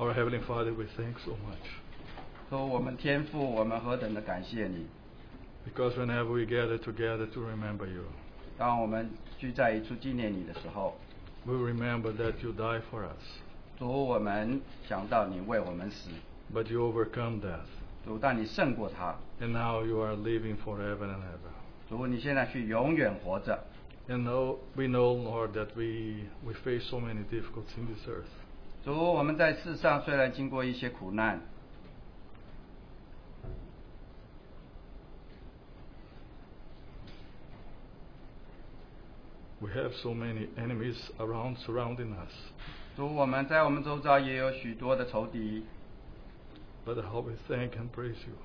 Our Heavenly Father, we thank so much 说我们天父，我们何等的感谢你！ because whenever we gather together to remember you, 当我们聚在一处纪念你的时候， we remember that you died for us, 主，我们想到你为我们死， but you overcome death, 主，但你胜过他， and now you are living forever and ever. 主，你现在是永远活着。 And know, we know, Lord, that we, we face so many difficulties in this earth, 主，我们在世上虽然经过一些苦难， we have so many enemies around surrounding us. 主，我们在我们周遭也有许多的仇敌， But how we thank and praise you,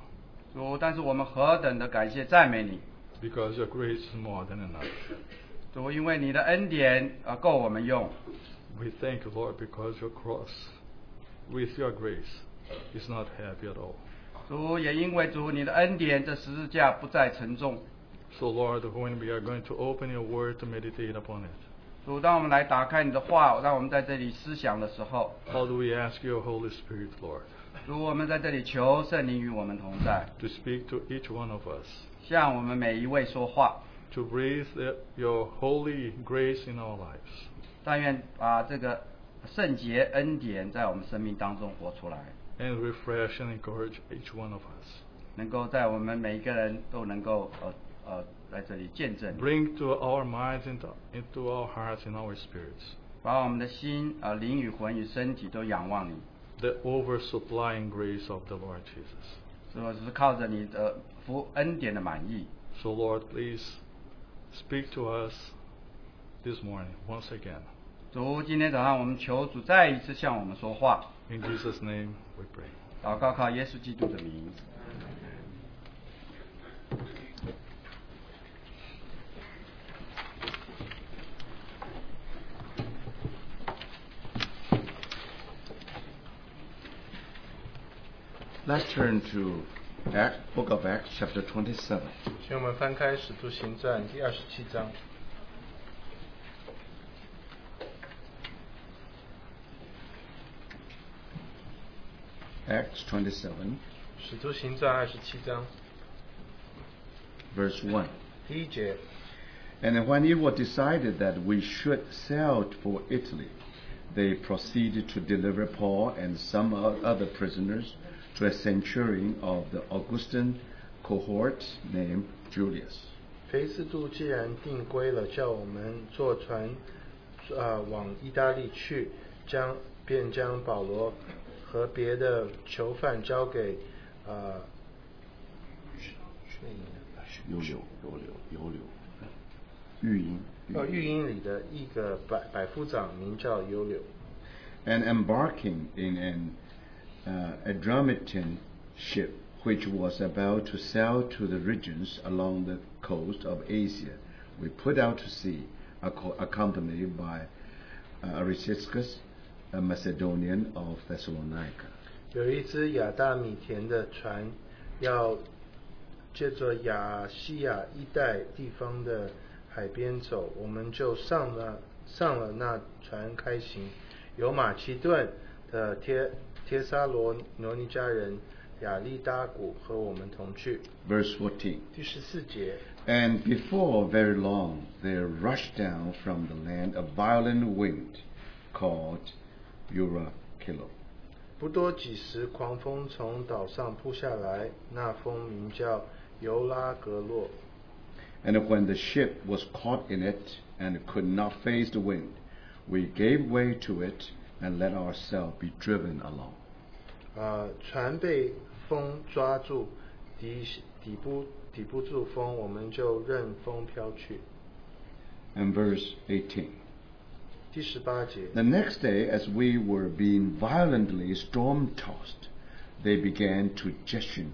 主，但是我们何等的感谢赞美你， because your grace is more than enough. 主，因为你的恩典而够我们用， We thank you, Lord, because your cross, with your grace, is not heavy at all. 主，也因为主你的恩典，这十字架不再沉重。 So, Lord, when we are going to open your word to meditate upon it, 主，当我们来打开你的话，让我们在这里思想的时候， how do we ask your Holy Spirit, Lord, 主，我们在这里求圣灵与我们同在， to speak to each one of us, 向我们每一位说话。 to breathe the, your holy grace in our lives? 但愿把这个圣洁恩典在我们生命当中活出来， and refresh and encourage each one of us. 能够在我们每一个人都能够呃呃来这里见证， Bring to our minds and into our hearts and our spirits 把我们的心呃灵与魂与身体都仰望你， the oversupplying grace of the Lord Jesus. 是吧？是靠着你的福恩典的满意。 So, Lord, please speak to us this morning once again. 主，今天早上我们求主再一次向我们说话， In Jesus' name we pray. 祷告靠耶稣基督的名。 Let's turn to Act, Book of Acts, chapter 27. 请我们翻开《使徒行传》第二十七章。 Acts 27, 《使徒行传》二十七章 verse 1. 第一节， And when it was decided that we should sail for Italy, they proceeded to deliver Paul and some o- other prisoners to a centurion of the Augustan cohort named Julius. 菲斯杜既然定规了，叫我们坐船，呃，往意大利去，将便将保罗和别的囚犯交给呃，嗯呃，御营里的一个百百夫长，名叫尤柳。 and embarking in an uh, Adramatian ship which was about to sail to the regions along the coast of Asia, we put out to sea, acco- accompanied by uh, Aristarchus, a Macedonian of Thessalonica. 有一只亚大米田的船，要借着亚细亚一带地方的海边走，我们就上了上了那船开行。有马其顿的帖帖撒罗罗尼迦人亚利达古和我们同去。 Verse 14. 第十四节， And before very long, there rushed down from the land a violent wind called Eurykilo. 不多几时，狂风从岛上扑下来，那风名叫尤拉格洛。 And when the ship was caught in it and could not face the wind, we gave way to it and let ourselves be driven along. 呃，船被风抓住，抵抵不抵不住风，我们就任风飘去。 And verse 18. 第十八节， The next day, as we were being violently storm tossed, they began to jettison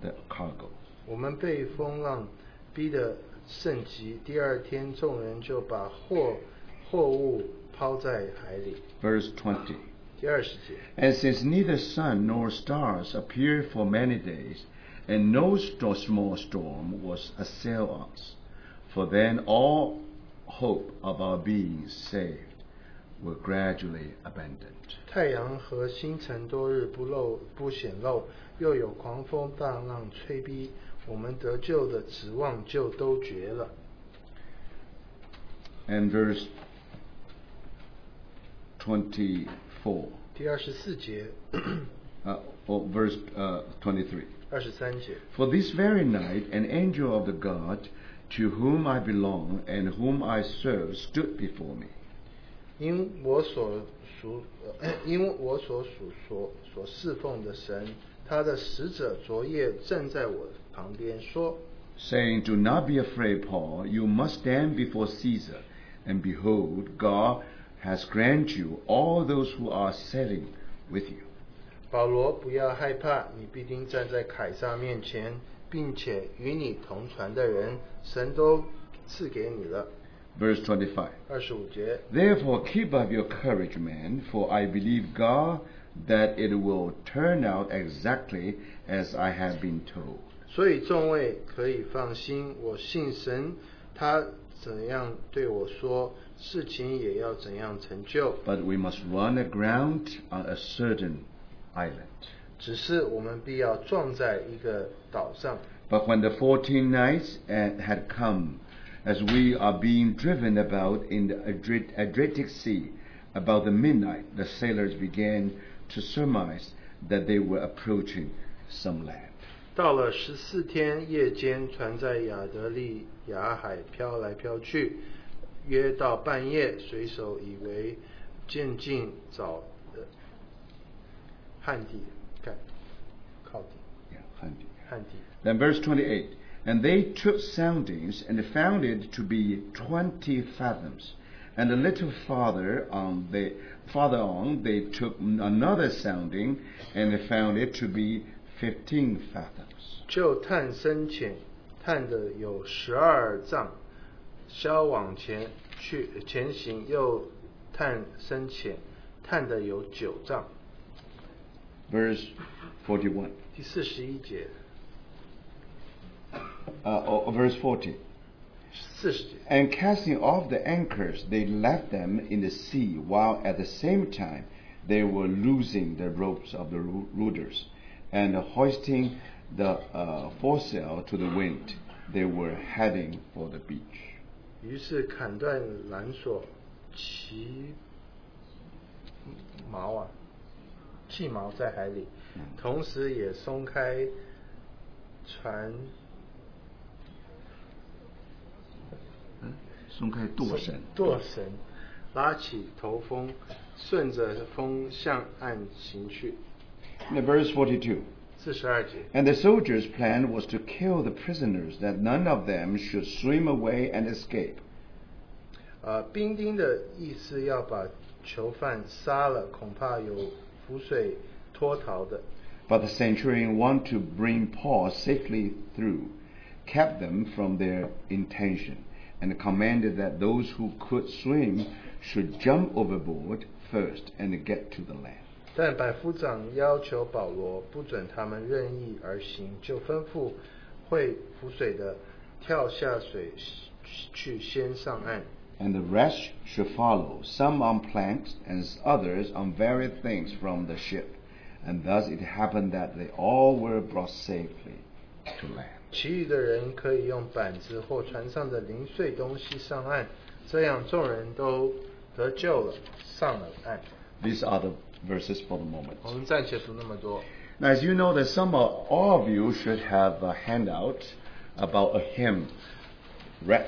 the cargo. 我们被风浪逼得甚急，第二天众人就把货货物抛在海里。 Verse 20. 第二十节， And since neither sun nor stars appeared for many days, and no sto- small storm was assail us, for then all hope of our being saved were gradually abandoned. 太阳和星辰多日不露不显露，又有狂风大浪吹逼，我们得救的指望就都绝了。 And verse 24, 第二十四节， uh, or verse uh, 23. 二十三节， For this very night, an angel of the God to whom I belong and whom I serve stood before me. 因我所属，呃 因我所属所所侍奉的神，他的使者昨夜站在我旁边说 saying, Do not be afraid, Paul. You must stand before Caesar. And behold, God has granted you all those who are sailing with you.：“ 保罗，不要害怕，你必定站在凯撒面前，并且与你同船的人，神都赐给你了。 Verse 25. ”二十五节， Therefore, keep up your courage, man, for I believe God that it will turn out exactly as I have been told. 所以众位可以放心，我信神，他怎样对我说，事情也要怎样成就。 But we must run aground on a certain island. 只是我们必要撞在一个岛上。 But when the fourteen nights eh, had come, as we are being driven about in the Adri- Adriatic Sea, about the midnight, the sailors began to surmise that they were approaching some land. 到了十四天夜间，船在亚德利亚海飘来飘去，约到半夜，水手以为渐进早呃旱地，看靠地 Yeah, Hundi. 旱地。 Then verse 28 And they took soundings and found it to be twenty fathoms. And a little farther on, they, farther on, they took another sounding and found it to be fifteen fathoms. 就探深浅，探的有十二丈，稍往前去前行，又探深浅，探的有九丈。 Verse 41. 第四十一节， uh, or- or verse 40. 四十节。 And casting off the anchors, they left them in the sea, while at the same time they were loosing the ropes of the ru- rudders and hoisting the uh, foresail to the wind. They were heading for the beach. 于是砍断缆索，其毛啊，气毛在海里，同时也松开船舵绳，拉起头风，顺着风向岸行去。 In verse 42. 四十二节， And the soldiers' plan was to kill the prisoners, that none of them should swim away and escape. 呃，兵丁的意思要把囚犯杀了，恐怕有浮水脱逃的。 But the centurion wanted to bring Paul safely through, kept them from their intention, and commanded that those who could swim should jump overboard first and get to the land. 但百夫长要求保罗不准他们任意而行，就吩咐会浮水的跳下水去先上岸， And the rest should follow, some on planks and others on varied things from the ship. And thus it happened that they all were brought safely to land. 其余的人可以用板子或船上的零碎东西上岸，这样众人都得救了，上了岸。 These are the verses for the moment. 我们暂且读那么多。 Now, as you know, that some of, all of you should have a handout about a hymn read.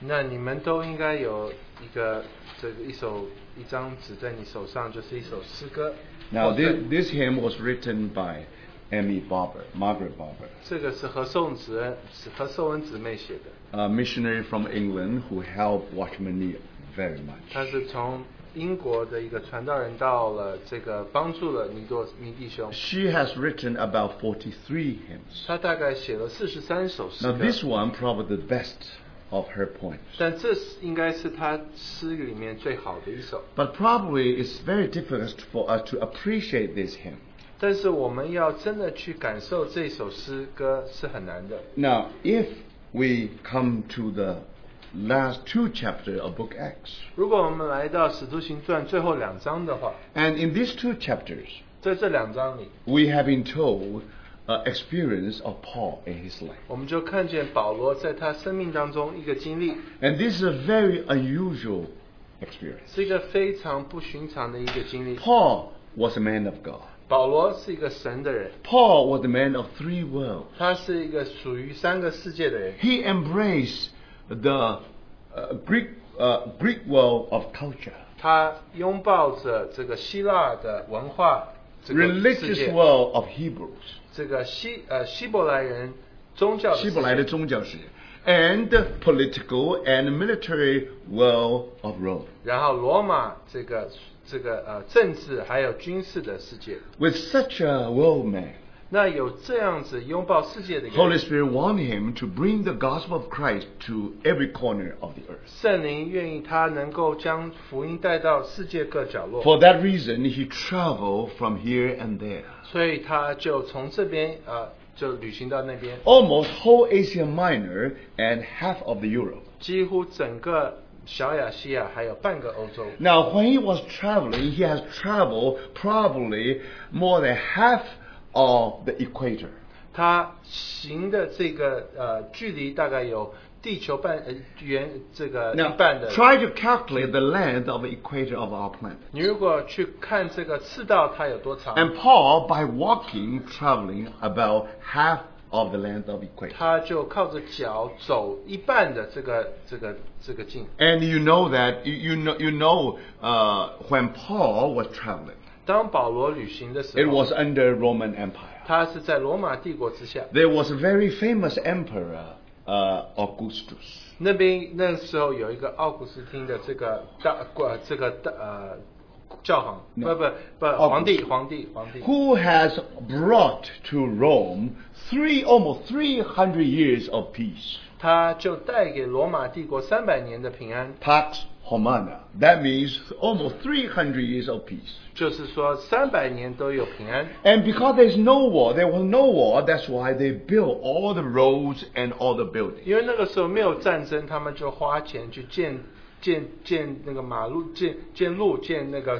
那你们都应该有一个这个一首一张纸在你手上，就是一首诗歌。 Now, 或者 this, this hymn was written by Emmy Barber, Margaret Barber, 这个是何颂子恩何颂恩姊妹写的。 a missionary from England who helped Watchman Nee very 他 much. 是从英国的一个传道人到了这个帮助了尼多尼弟兄， She has written about 43 hymns. 他大概写了四十三首诗 Now, 歌， this one probably the best of her poems. 但这是应该是他诗里面最好的一首。 But probably it's very difficult for us to appreciate this hymn. 但是我们要真的去感受这首诗歌是很难的。 Now, if we come to the last two chapters of Book Acts. 如果我们来到《使徒行传》最后两章的话， And in these two chapters, 在这两章里， we have been told uh, experience of Paul in his life. 我们就看见保罗在他生命当中一个经历， And this is a very unusual experience. 是一个非常不寻常的一个经历。 Paul was a man of God. 保罗是一个神的人， Paul was a man of three worlds. 他是一个属于三个世界的人， He embraced the uh, Greek uh, Greek world of culture, 他拥抱着这个希腊的文化，这个世 religious 界， world of Hebrews. 这个希呃希伯来人宗教的世界，希伯来的宗教史 and the political and military world of Rome. 然后罗马这个这个呃政治还有军事的世界。 With such a world man, 那有这样子拥抱世界的一个 Holy 人 Spirit warned him to bring the gospel of Christ to every corner of the earth. 圣灵愿意他能够将福音带到世界各角落， For that reason, he traveled from here and there. 所以他就从这边呃就旅行到那边， Almost whole Asia Minor and half of the Europe. 几乎整个小亚细亚还有半个欧洲。 Now, when he was traveling, he has traveled probably more than half of the equator. 他行的这个呃距离大概有地球半呃圆这个一 Now, 半的。 try to calculate the length of the equator of our planet. 你如果去看这个赤道它有多长， And Paul, by walking, traveling about half of the length of equator. 他就靠着脚走一半的这个这个这个径。 And you know that you, you know you know uh, when Paul was traveling, 当保罗旅行的时 it 候， was under Roman Empire. 他是在罗马帝国之下， There was a very famous emperor, uh, Augustus. 那边那时候有一个奥古斯丁的这个大呃这个大呃教皇，不 No. 不不奥皇古斯帝皇帝皇帝， Who has brought to Rome three almost three hundred years of peace, 他就带给罗马帝国三百年的平安， Pax Romana. That means almost three hundred years of peace. 就是说三百年都有平安。 And because there's no war, there was no war, that's why they built all the roads and all the buildings. 因为那个时候没有战争，他们就花钱去建建建那个马路、建建路、建那个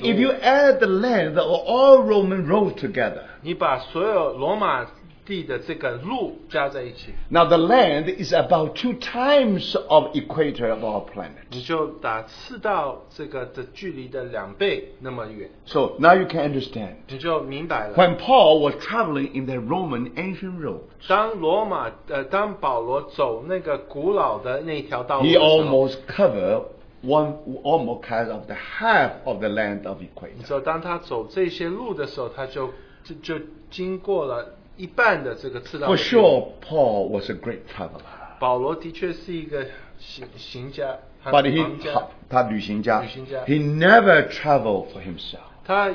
建 if you 筑物。 add the length of all Roman roads together, 你把所有罗马地的这个路加在一起， now the land is about two times of equator of our planet. 你就打赤道这个的距离的两倍那么远， So now you can understand. 你就明白了。 When Paul was traveling in the Roman ancient road, 当罗马呃，当保罗走那个古老的那条道路的 he 时候， almost covered one almost kind of the half of the land of 你 equator. 说当他走这些路的时候，他就就就经过了一半的这个赤道。 For sure, Paul was a great traveler. 保罗的确是一个行行家，他 But he, 行家他-他旅行家。旅行家。 he never traveled for himself. 他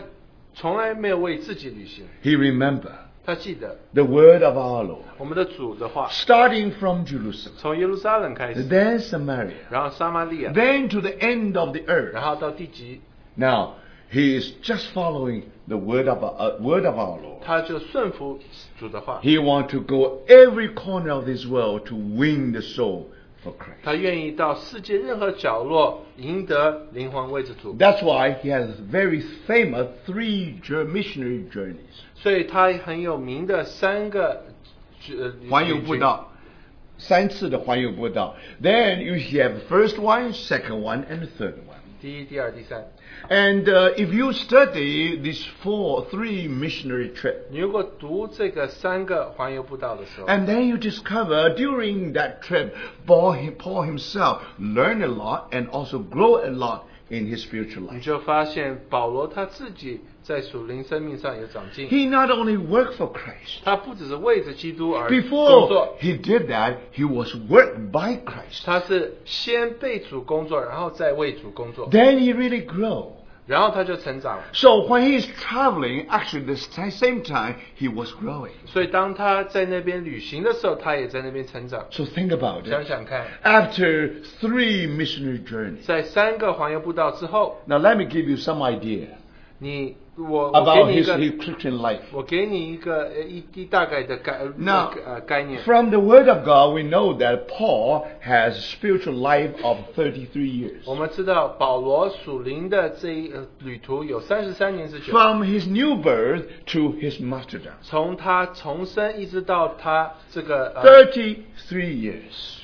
从来没有为自己旅行。 He remembered 他记得 the word of our Lord, 我们的主的话， starting from Jerusalem, 从耶路撒冷开始， then Samaria, 然后撒玛利亚， then to the end of the 然 earth. 后到地极， Now, he is just following the word of our, uh, word of our Lord. 他就顺服主的话， He want to go every corner of this world to win the soul for Christ. 他愿意到世界任何角落赢得灵魂为之主， That's why he has very famous three jour- missionary journeys. 所以他很有名的三个呃旅行环游步道，三次的环游步道。Then you have first one, second one, and third one. 第一、第二、第三。 And uh, if you study these four, three missionary trips, 你如果读这个三个环游步道的时候， and then you discover during that trip, Paul, hi- Paul himself learned a lot and also grow a lot in his spiritual 你 life. 就发现保罗他自己在属灵生命上有长进。 He not only worked for Christ. 他不只是为着基督而工 Before 作， he did that, he was worked by Christ. 他是先被主工作，然后再为主工作， Then he really grew. 然后他就成长了。 So when he's traveling, actually the sa- same time he was growing. 所以当他在那边旅行的时候，他也在那边成长。 So think about 想 it. 想看， After three missionary journeys. 在三个环游步道之后， Now let me give you some idea. 你我我 about 给你一 his, 个 his Christian life. 我给你一个呃一一大概的概那 Now, 个呃概念。 from the Word of God, we know that Paul has spiritual life of 33 years. 我们知道保罗属灵的这一呃旅途有三十三年之久， From his new birth to his martyrdom. 从他重生一直到他这个呃， 33 years.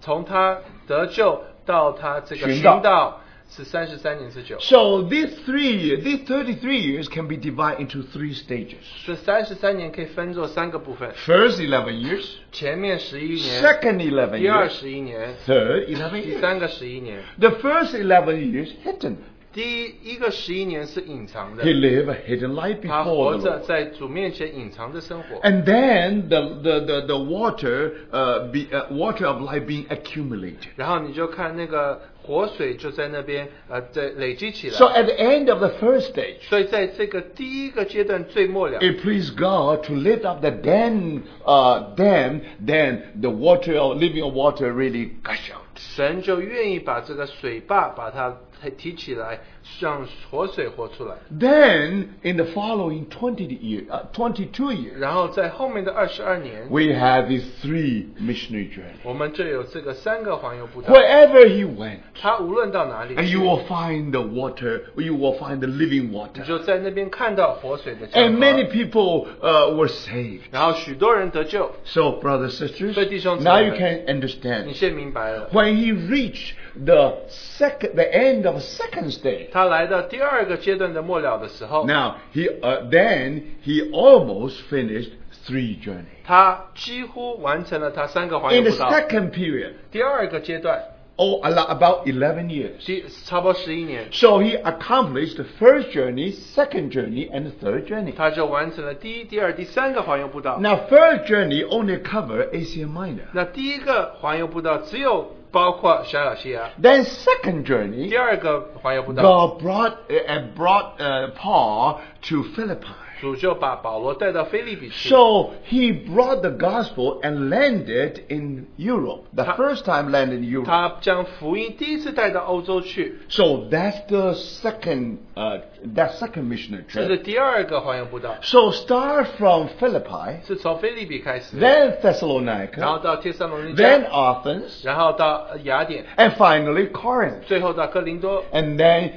从他得救到他这个寻寻道道是三十三年之久。 So these three years, these 33 years can be divided into three stages. 这三十三年可以分作三个部分， First 11 years, 前面十一年， second 11第二 years, 十一年， third 11第三 years. 个十一年。 The first 11 years hidden. 第一个十一年是隐藏的 He，lived a hidden life 他活 before the 着 Lord. 在主面前隐藏的生活。 And then the, the, the, the water, uh, be, uh, water of life being accumulated. 然后你就看那个活水就在那边呃，在累积起来。 So at the end of the first stage, 所以在这个第一个阶段最末了， it pleased God to lift up the dam, uh, dam, then the water of living water really gush out. 神就愿意把这个水坝把它提提起来，让活水活出来。 Then in the following 20 year, uh, 22 years, 然后在后面的二十二年， we have these three missionary journeys. 我们就有这个三个环游步道， Wherever he went, 他无论到哪里 and 去， you will find the water, you will find the living 你 water. 就在那边看到活水的江 And 河哎 many。people uh, were saved. 然后许多人得救， So, brothers sisters, 所以弟兄姊妹们， now you can 你 understand. 现在明白了。 When he reached the second, the end of second stage, 他来到第二个阶段的末了的时候， now he uh, then he almost finished three journeys. 他几乎完成了他三个环 In 游 the 步道。 second period, 第二个阶段， oh, a lot- about eleven years. 第差不多十一年， So he accomplished the first journey, second journey, and the third journey. 他就完成了第一、第二、第三个环游步道。 Now, first journey only cover Asia Minor. 那第一个环游步道只有包括小亚细亚， Then, second journey, 第二个环游步道， God brought uh, uh, brought uh, Paul to Philippi. 主就把保罗带到菲利比去。 So he brought the gospel and landed in Europe. The Ta- first time landed in Europe. 他将福音第一次带到欧洲去， So that's the second uh, that second missionary 这是 trip. 第二个环游步道， So start from Philippi, 是从菲利比开始，然 then 后 Thessalonica, 到帖撒罗尼 then 迦， Athens, 然后到雅典， and finally Corinth. 最后到哥林多， And then,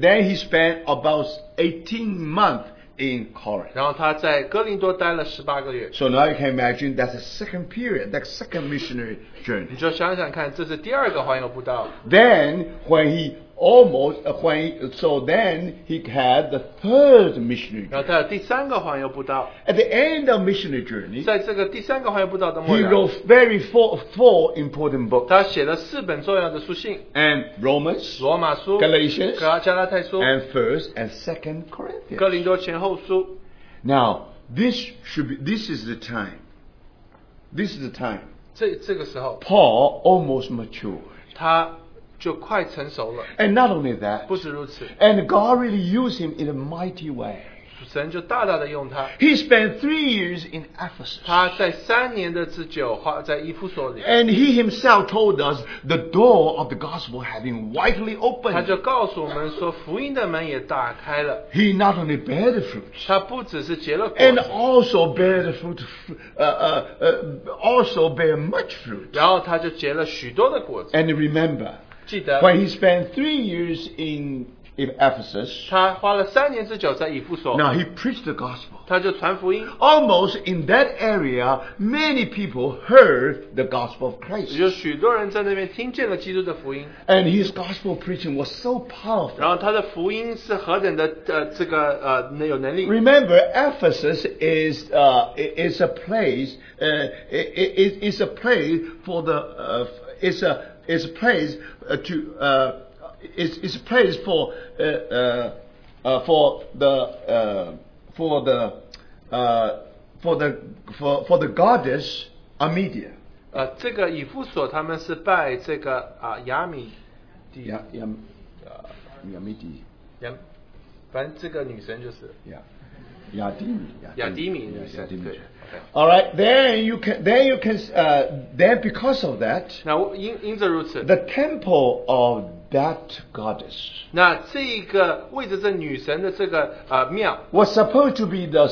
then he spent about 18 months in Corinth. 然后他在哥林多待了十八个月。 So now you can imagine that's the second period, that second missionary 你 journey. 就想想看，这是第二个环游步道。 Then when he almost, uh, when he- so then he had the third missionary 然后 journey. 他有第三个环游步道， At the end of missionary journey, 在这个第三个环游步道的末 he 了， wrote very four, four important books. 他写了四本重要的书信： And Romans, 罗马书、 Galatians 格加拉太书、 and First and Second 哥 Corinthians. 林多前后书。 Now, this should be, this is the time. This is the time. 这这个时候， Paul almost matured. 他就快成熟了。 And not only that, 不止如此， and God really used him in a mighty way. 神就大大的用他。 He spent three years in Ephesus. 他在三年的之久花在伊夫所里， And he himself told us the door of the gospel had been widely 他就 opened. 告诉我们说，福音的门也打开了。 He not only bare the fruits, 他不只是结了果 and 子， also bare the fruit, uh, uh, uh, also bear much fruit. 然后他就结了许多的果子。 And remember, 记得 when he spent three years in, in Ephesus, 他花了三年之久在以弗所， now he preached the gospel. 他就传福音。 Almost in that area, many people heard the gospel of 有 Christ. 许多人在那边听见了基督的福音， And his gospel preaching was so 然 powerful. 后他的福音是何等的呃这个呃能有能力。 Remember, Ephesus is, uh, i- is a place, uh, is, is a place for the, uh, is a, is a place uh, to, uh, is, is a place for, uh, uh, uh, for the, uh, for the, uh, for the, for, for the goddess Amedia. 呃，这个以弗所他们是拜这个啊亚米底 Yeah, yeah, uh, yeah, Midi, 亚，反正这个女神就是 yeah, yeah, Dimi, yeah, 雅迪 Dimi, 米女 yeah, 神， Dimi. 对。OK All right, then you can, then you can, uh, then because of that, 那我因因着如此， the temple of that goddess 那这个为着这女神的这个呃庙， was supposed to be the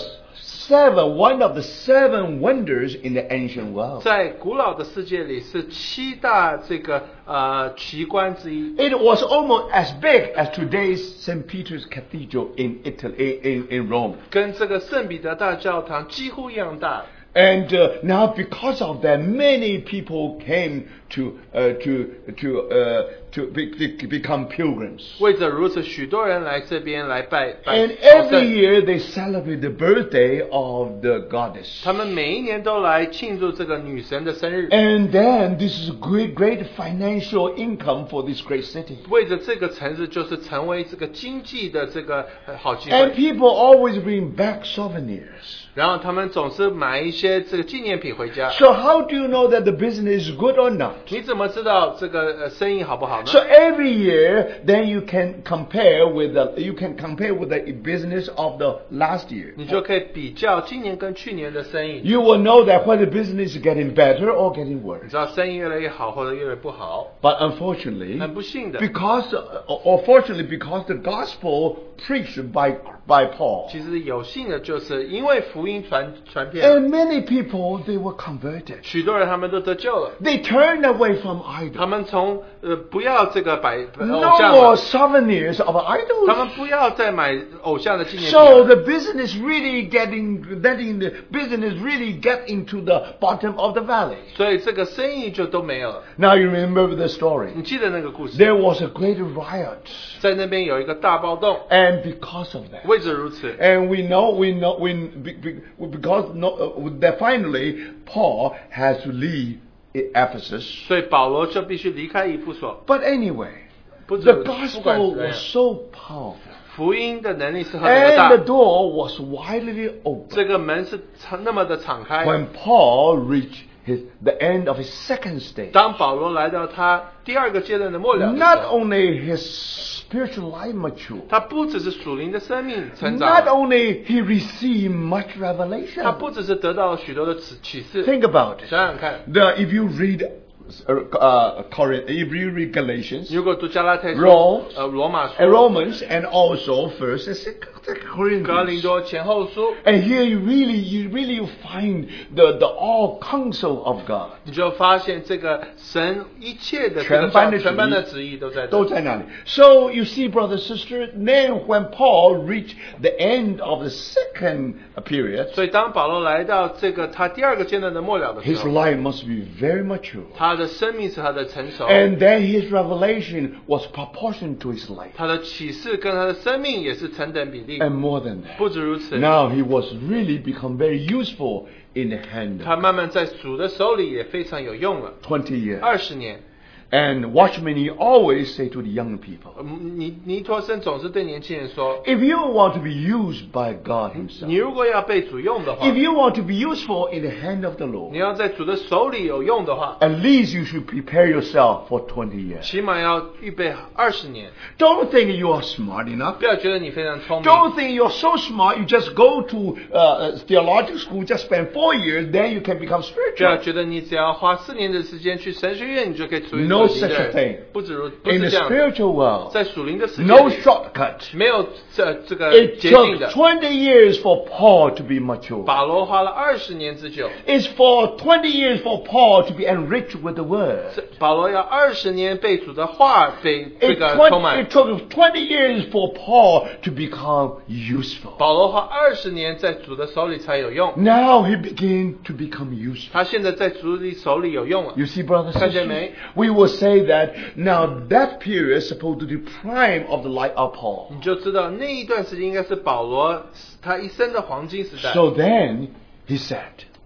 seven, one of the seven wonders in the ancient world. 在古老的世界里是七大这个呃奇观之一， It was almost as big as today's St. Peter's Cathedral in Italy, in, in Rome. 跟这个圣彼得大教堂几乎一样大。 And uh, now, because of that, many people came to uh, to to uh, to, be, to become pilgrims. 为着如此，许多人来这边来拜拜 And 朝 every 圣， year they celebrate the birthday of the goddess. 他们每一年都来庆祝这个女神的生日。 And then this is great, great financial income for this great city. 为着这个城市，就是成为这个经济的这个呃好机 And 会。 people always bring back souvenirs. 然后他们总是买一些这个纪念品回家。 So how do you know that the business is good or not? 你怎么知道这个呃生意好不好呢 So？every year, then you can compare with the you can compare with the business of the last year. 你就可以比较今年跟去年的生意， You will know that whether business is getting better or getting 你 worse. 知道生意越来越好或者越来越不好。 But unfortunately, 很不幸的， because or or fortunately, because the gospel preached by by Paul, 其实有幸的就是因为福音传传遍， and many people they were converted. 许多人他们都得救了。 They turned away from 他 idols. 们从呃不要这个摆偶 No 像 more 了， souvenirs of 他们 idols. 不要再买偶像的纪念品 So 了。 the business really getting letting the business really get into the bottom of the valley. 所以这个生意就都没有了。 Now you remember the 你 story. 记得那个故事， There was a great riot, 在那边有一个大暴动， and because of that, 为此如此， and we know we know we be- be- because no, uh, that finally Paul has to leave Ephesus. 所以保罗就必须离开以弗所。 But anyway, 不止 the 不管 gospel 怎样 was so powerful, 福音的能力是何等的 and the 大， door was widely 这 open 个门是敞那么的敞开。 when Paul reached his, the end of his second stage. 当保罗来到他第二个阶段的末了的时 Not 候， only his spiritual life matured, 他不只是属灵的生命成 not 长， only he received much 他 revelation. 不只是得到了许多的启启示。 Think about it. 想想看， The, if you read uh, uh, Corinth, if you read Galatians, 如果读加拉太书 Rome，呃罗马书 and、Romans, and also First and Second 格林 Corinthians, 多前后书， and here you really, you really find the, the all counsel of God. 你就发现这个神一切的这个全班的旨意全班的旨意都在这里都在那里. So you see, brother, sister, then when Paul reached the end of the second period, 所以当保罗来到这个他第二个阶段的末了的时 his 候， life must be very mature. 他的生命是他的成熟， And then his revelation was proportioned to his life. 他的启示跟他的生命也是成等比例。 And more than that. 不止如此， Now he was really become very useful in the hand 他 of 慢慢在主的手里也非常有用了。 20 years. 二十年， And watchman, he always say to the young people, 嗯尼尼托生总是对年轻人说 if you want to be used by God：“ himself, 你如果要被主用的话 if，you want to be useful in the hand of the 你 Lord, 要在主的手里有用的话， at least you should prepare yourself for 20 years. 起码要预备二十年。 Don't think you are smart enough. 不要觉得你非常聪明， Don't think you're so smart, you just go to uh, uh, theological school, just spend four years, then you can become 不要 spiritual. 觉得你只要花四年的时间去神学院，你就可以成为 No 属灵的 such a thing. 人。不止如不 In 是 the 这样的， spiritual world, 在属灵的世界 no 里， shortcut. 没有这这个 It 捷径的 took。20 years for Paul to be mature. 保罗花了二十年之久， It's for 20 years for Paul to be enriched with the word. 这保罗要二十年被主的话被这 It, 个 twen- 充满 it。took 20 years for Paul to become useful. 保罗花二十年在主的手里才有用， Now he began to become useful. 他现在在主的手里有用了。 You see, brothers and 看见没？ sisters, we will say that now that period is supposed to be prime of the life of 你 Paul. 就知道那一段时间应该是保罗他一生的黄金时代。 So then he said,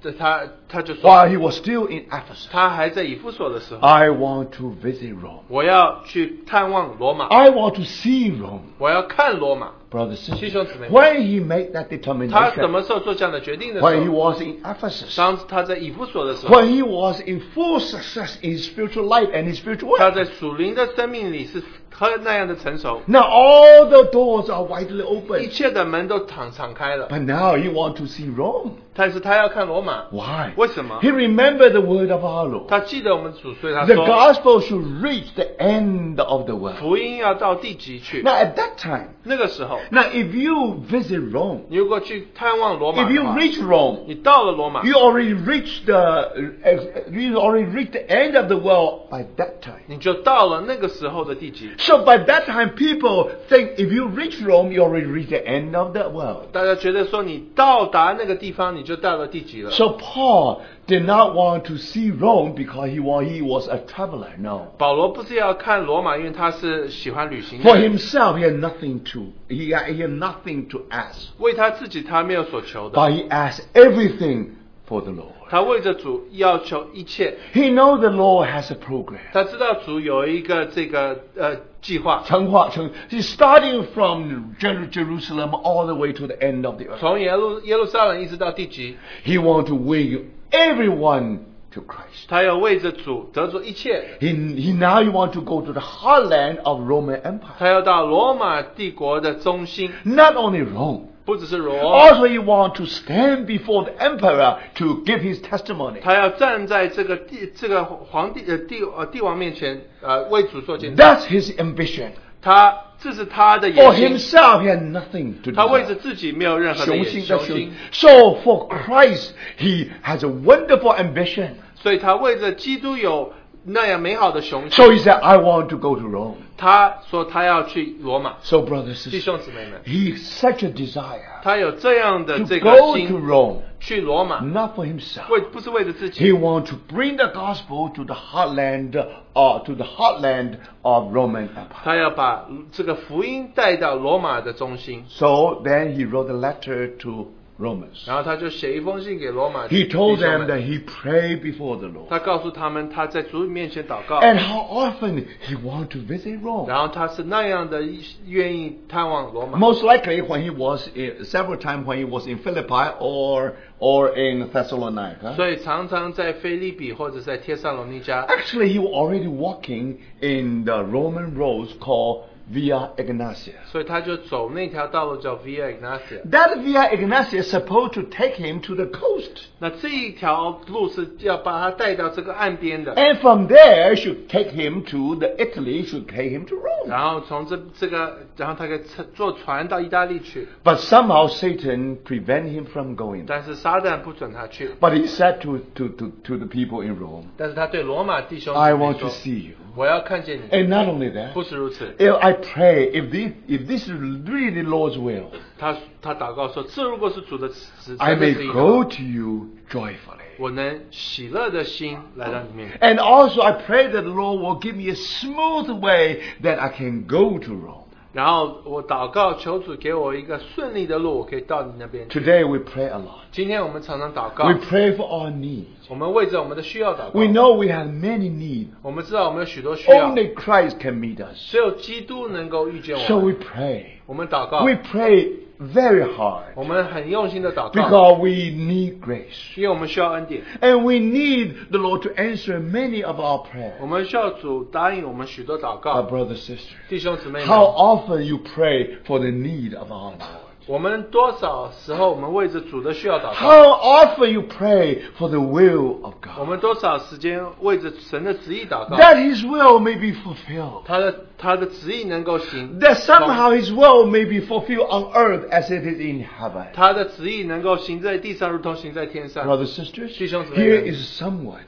这他他就说 while，he 啊 was still in Ephesus, 他还在以弗所的时候， I want to visit Rome. 我要去探望罗马， I want to see Rome. 我要看罗马。 brothers and sisters. 弟兄姊妹们。 When he made that 他什 determination, 么时候做这样的决定的时 when he 候？ was in Ephesus, 当他在以弗所的时候， when he was in full success in his spiritual life and his spiritual 他 work, 在属灵的生命里是喝那样的成熟， Now all the doors are widely 一 open. 切的门都敞敞开了。 But now you want to see Rome. 但是他要看罗马， Why? 为什么？ He remembered the word of our Lord. 他记得我们主，所以他 The 说 gospel should reach the end of the world. 福音要到地极去。 Now at that time, 那个时候， now if you visit Rome, 你如果去探望罗马 if 的 you 话， reach Rome, 你到了罗马， you already reached the you already reached the end of the world by that time. 你就到了那个时候的地极。 So by that time, people think if you reach Rome, you already reach the end of the world. 大家觉得说你到达那个地方，你就到了地极了。 So Paul did not want to see Rome because he was, he was a traveler. No. 保罗不是要看罗马，因为他是喜欢旅行 For 的， himself, he had nothing to he had, he had nothing to ask, 为他自己他没有所求的， but he asked everything for the Lord. 他为着主要求一切。 He knows the Lord has a program. 他知道主有一个这个呃计划，成化成- He's starting from Jer- Jerusalem all the way to the end of the earth. 从耶路耶路撒冷一直到地极， He wants to win everyone to Christ. 他要为着主得着一切， He, he now you want to go to the heartland of Roman 他 Empire. 要到罗马帝国的中心， Not only Rome, 不只是罗， also he want to stand before the emperor to give his testimony. 他要站在这个帝这个皇帝呃帝呃帝王面前呃为主做见证， That's his ambition. 他这是他的 For 野心， himself, he had nothing to 他为着 do. 自己没有任何的野心，雄心 So for Christ, he has a wonderful ambition. 所以他为着基督有那样美好的雄心， So he said, I want to go to Rome. 他说他要去罗马， So brothers 弟 and 兄 sisters, 姊妹们， he has such a desire 他有这样的 to 这个 go to 心 Rome, 去罗马。 not for himself. 为不是为了自 He 己， wants to bring the gospel to the heartland, uh, to the heartland of Roman Empire. 他要把呃这个福音带到罗马的中心， So then he wrote a letter to Romans. 然后他就写一封信给罗马弟 He told 兄 them that 们， he prayed before the 他 Lord, 告诉他们他在主面前祷告， and how often he wanted to visit 然 Rome. 后他是那样的愿意探望罗马。 Most likely, when he was in, several times when he was in Philippi or or in Thessalonica. 所以常常在菲利比或者在帖撒罗尼迦， Actually, he was already walking in the Roman roads called Via Ignatia. 所以他就走那条道路叫 Via Ignatia。 That Via Ignatia is supposed to take him to the coast. 那这一条路是要把他带到这个岸边的， And from there, should take him to the Italy, should take him to Rome. 然后从这这个，然后他可以乘坐船到意大利去， But somehow Satan prevented him from going. 但是撒旦不准他去。 But he said to, to, to, to the people in Rome, 但是他对罗马弟兄 I 姊妹 want 说 to see 哎 you. 我要看见你。 And not only that, 不是如此， if I pray, if this, if this is really the Lord's will, 他他祷告说：“这如果是主的旨， I 真的 may 是一个 go to you joyfully. 我能喜乐的心来到你面前。 And also, I pray that the Lord will give me a smooth way that I can go to Rome. ”然后我祷告求主给我一个顺利的路，我可以到你那边去。 Today, we pray a lot. 今天我们常常祷告， We pray for our needs. 我们为着我们的需要祷告。We know we have many needs. 我们知道我们有许多需要， Only Christ can meet us. 只有基督能够遇见我 So we 们。 pray. 我们祷告 We，pray very hard 我们很用心的祷告， because we need grace. 因为我们需要恩典， And we need the Lord to answer many of our 我 prayers. 们需要主答应我们许多祷 Our 告。 brothers and sisters. 弟兄姊妹啊们，How often you pray for the need of our Lord. 我们多少时候我们为着主的需要祷告？ How often you pray for the will of 我 God. 们多少时间为着神的旨意祷告？ That His will may be fulfilled. 他的他的旨意能够行， That Oh. somehow His will may be fulfilled on earth as it is in heaven. 他的旨意能够行在地上，如同行在天上。 Brothers and sisters, 弟兄姊妹们。 here is someone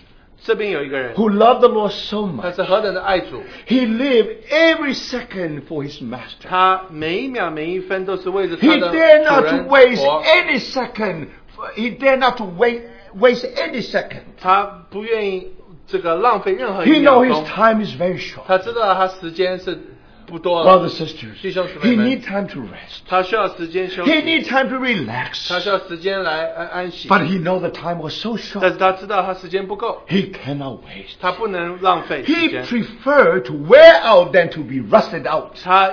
这边有一个人， who loved the Lord so 他 much. 是何等的爱主， He lived every second for his master. 他每一秒每一分都是为着 He 他的 dare not 主 to 人 waste 活， any second. He dare not to waste, waste any second. 他不愿意这个浪费任何 He 一 know 秒 his 钟。 time is very short. 他知道他时间是不多了， Brothers and sisters, he 弟兄姊妹们。 need time to rest. 他需要时间休息，He need time to relax. 他需要时间来安安息。 But he know the time was so 但是 short. 他知道他时间不够， He cannot waste. 他不能浪费时 He 间。 prefer to wear out than to be rusted out. 他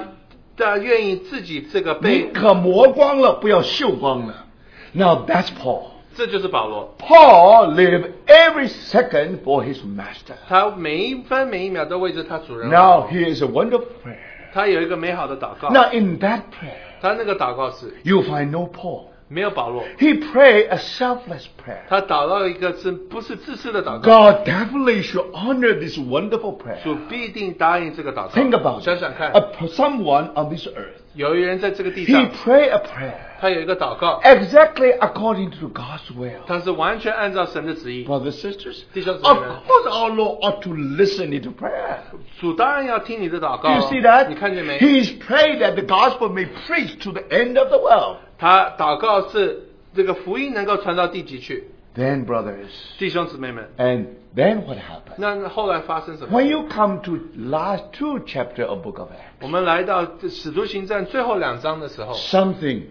他愿意自己这个被宁可磨光了，不要锈光了。Now that's Paul. 这就是保罗， Paul lived every second for his master. 他每一分每一秒都为着他主人 Now 好。 here is a wonderful prayer. 他有一个美好的祷告， Now in that prayer, 他那个祷告是 you find no Paul. 没有保罗， He prayed a selfless prayer. 他祷到一个是不是自私的祷告？ God definitely should honor this wonderful prayer. 主必定答应这个祷告。 Think about 想想看 it.，A, someone on this earth, 有一个人在这个地 he 上， prayed a prayer 他有一个祷告， exactly according to God's will. 他是完全按照神的旨意。 Brothers sisters, 弟兄姊妹们。 of course our Lord ought to listen into prayer. 主当然要听你的祷 Do 告 you 哦 see that? 你看见没？ He's prayed that the gospel may preach to the end of the world. 他祷告是这个福音能够传到地极去， Then, brothers, 弟兄姊妹们。 and then what happened? 那后来发生什么 When you come to last two chapter of Book of Acts, 我们来到《使徒行传》最后两章的时候， something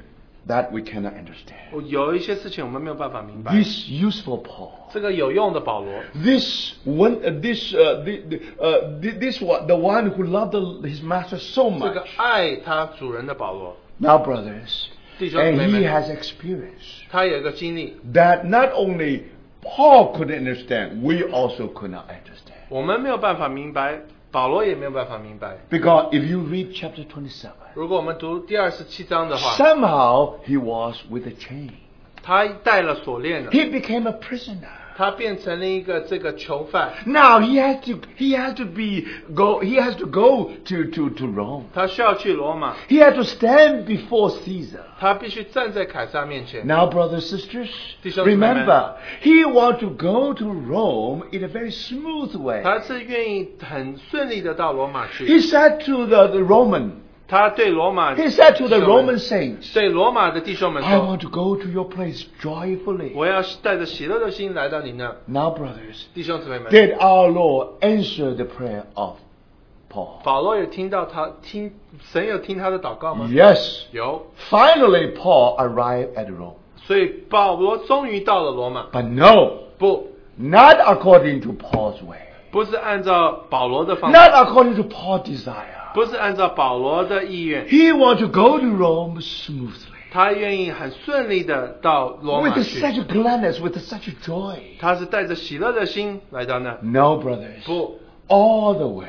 that we cannot understand. 有一些事情我们没有办法明白。 This useful Paul, 这个有用的保罗， this one, uh, this uh, the, the, uh, thi- this one, the one who loved the, his master so 这个 much. 爱他主人的保罗， Now, brothers, 弟兄姊妹们。 and he has experience. 他有一个经历， that not only Paul couldn't understand, we also could not understand. 我们没有办法明白，保罗也没有办法明白。 Because if you read chapter 27, 如果我们读第二十七章的话， somehow he was with a chain. 他带了锁链了， He became a prisoner. 他变成了一个这个囚犯， Now he has to he has to be go he has to go to, to, to Rome. 他需要去罗马， He had to stand before Caesar. 他必须站在凯撒面前。 Now, brothers sisters, 弟兄姊妹们。 remember he wanted to go to Rome in a very smooth way. 他是愿意很顺利的到罗马去 He，said to the, the Roman, 他对罗马 he said to 弟 the 兄们 Roman saints, 对罗马的弟兄们 I 说 want to go to your place：“ joyfully. 我要带着喜乐的心来到你那儿。 Now, brothers, ”弟兄姊妹们， did our Lord answer the prayer of Paul? 保罗有听到他听神有听他的祷告吗？ Yes. 有， Finally, Paul arrived at Rome. 所以保罗终于到了罗马。 But no, 不， not according to Paul's way, 不是按照保罗的方法， not according to Paul's desire. 不是按照保罗的意愿， He wanted to go to Rome smoothly, 他愿意很顺利的到罗马 with 去， such gladness, with such joy. 他是带着喜乐的心来到那儿。 No, brothers, 不， all the way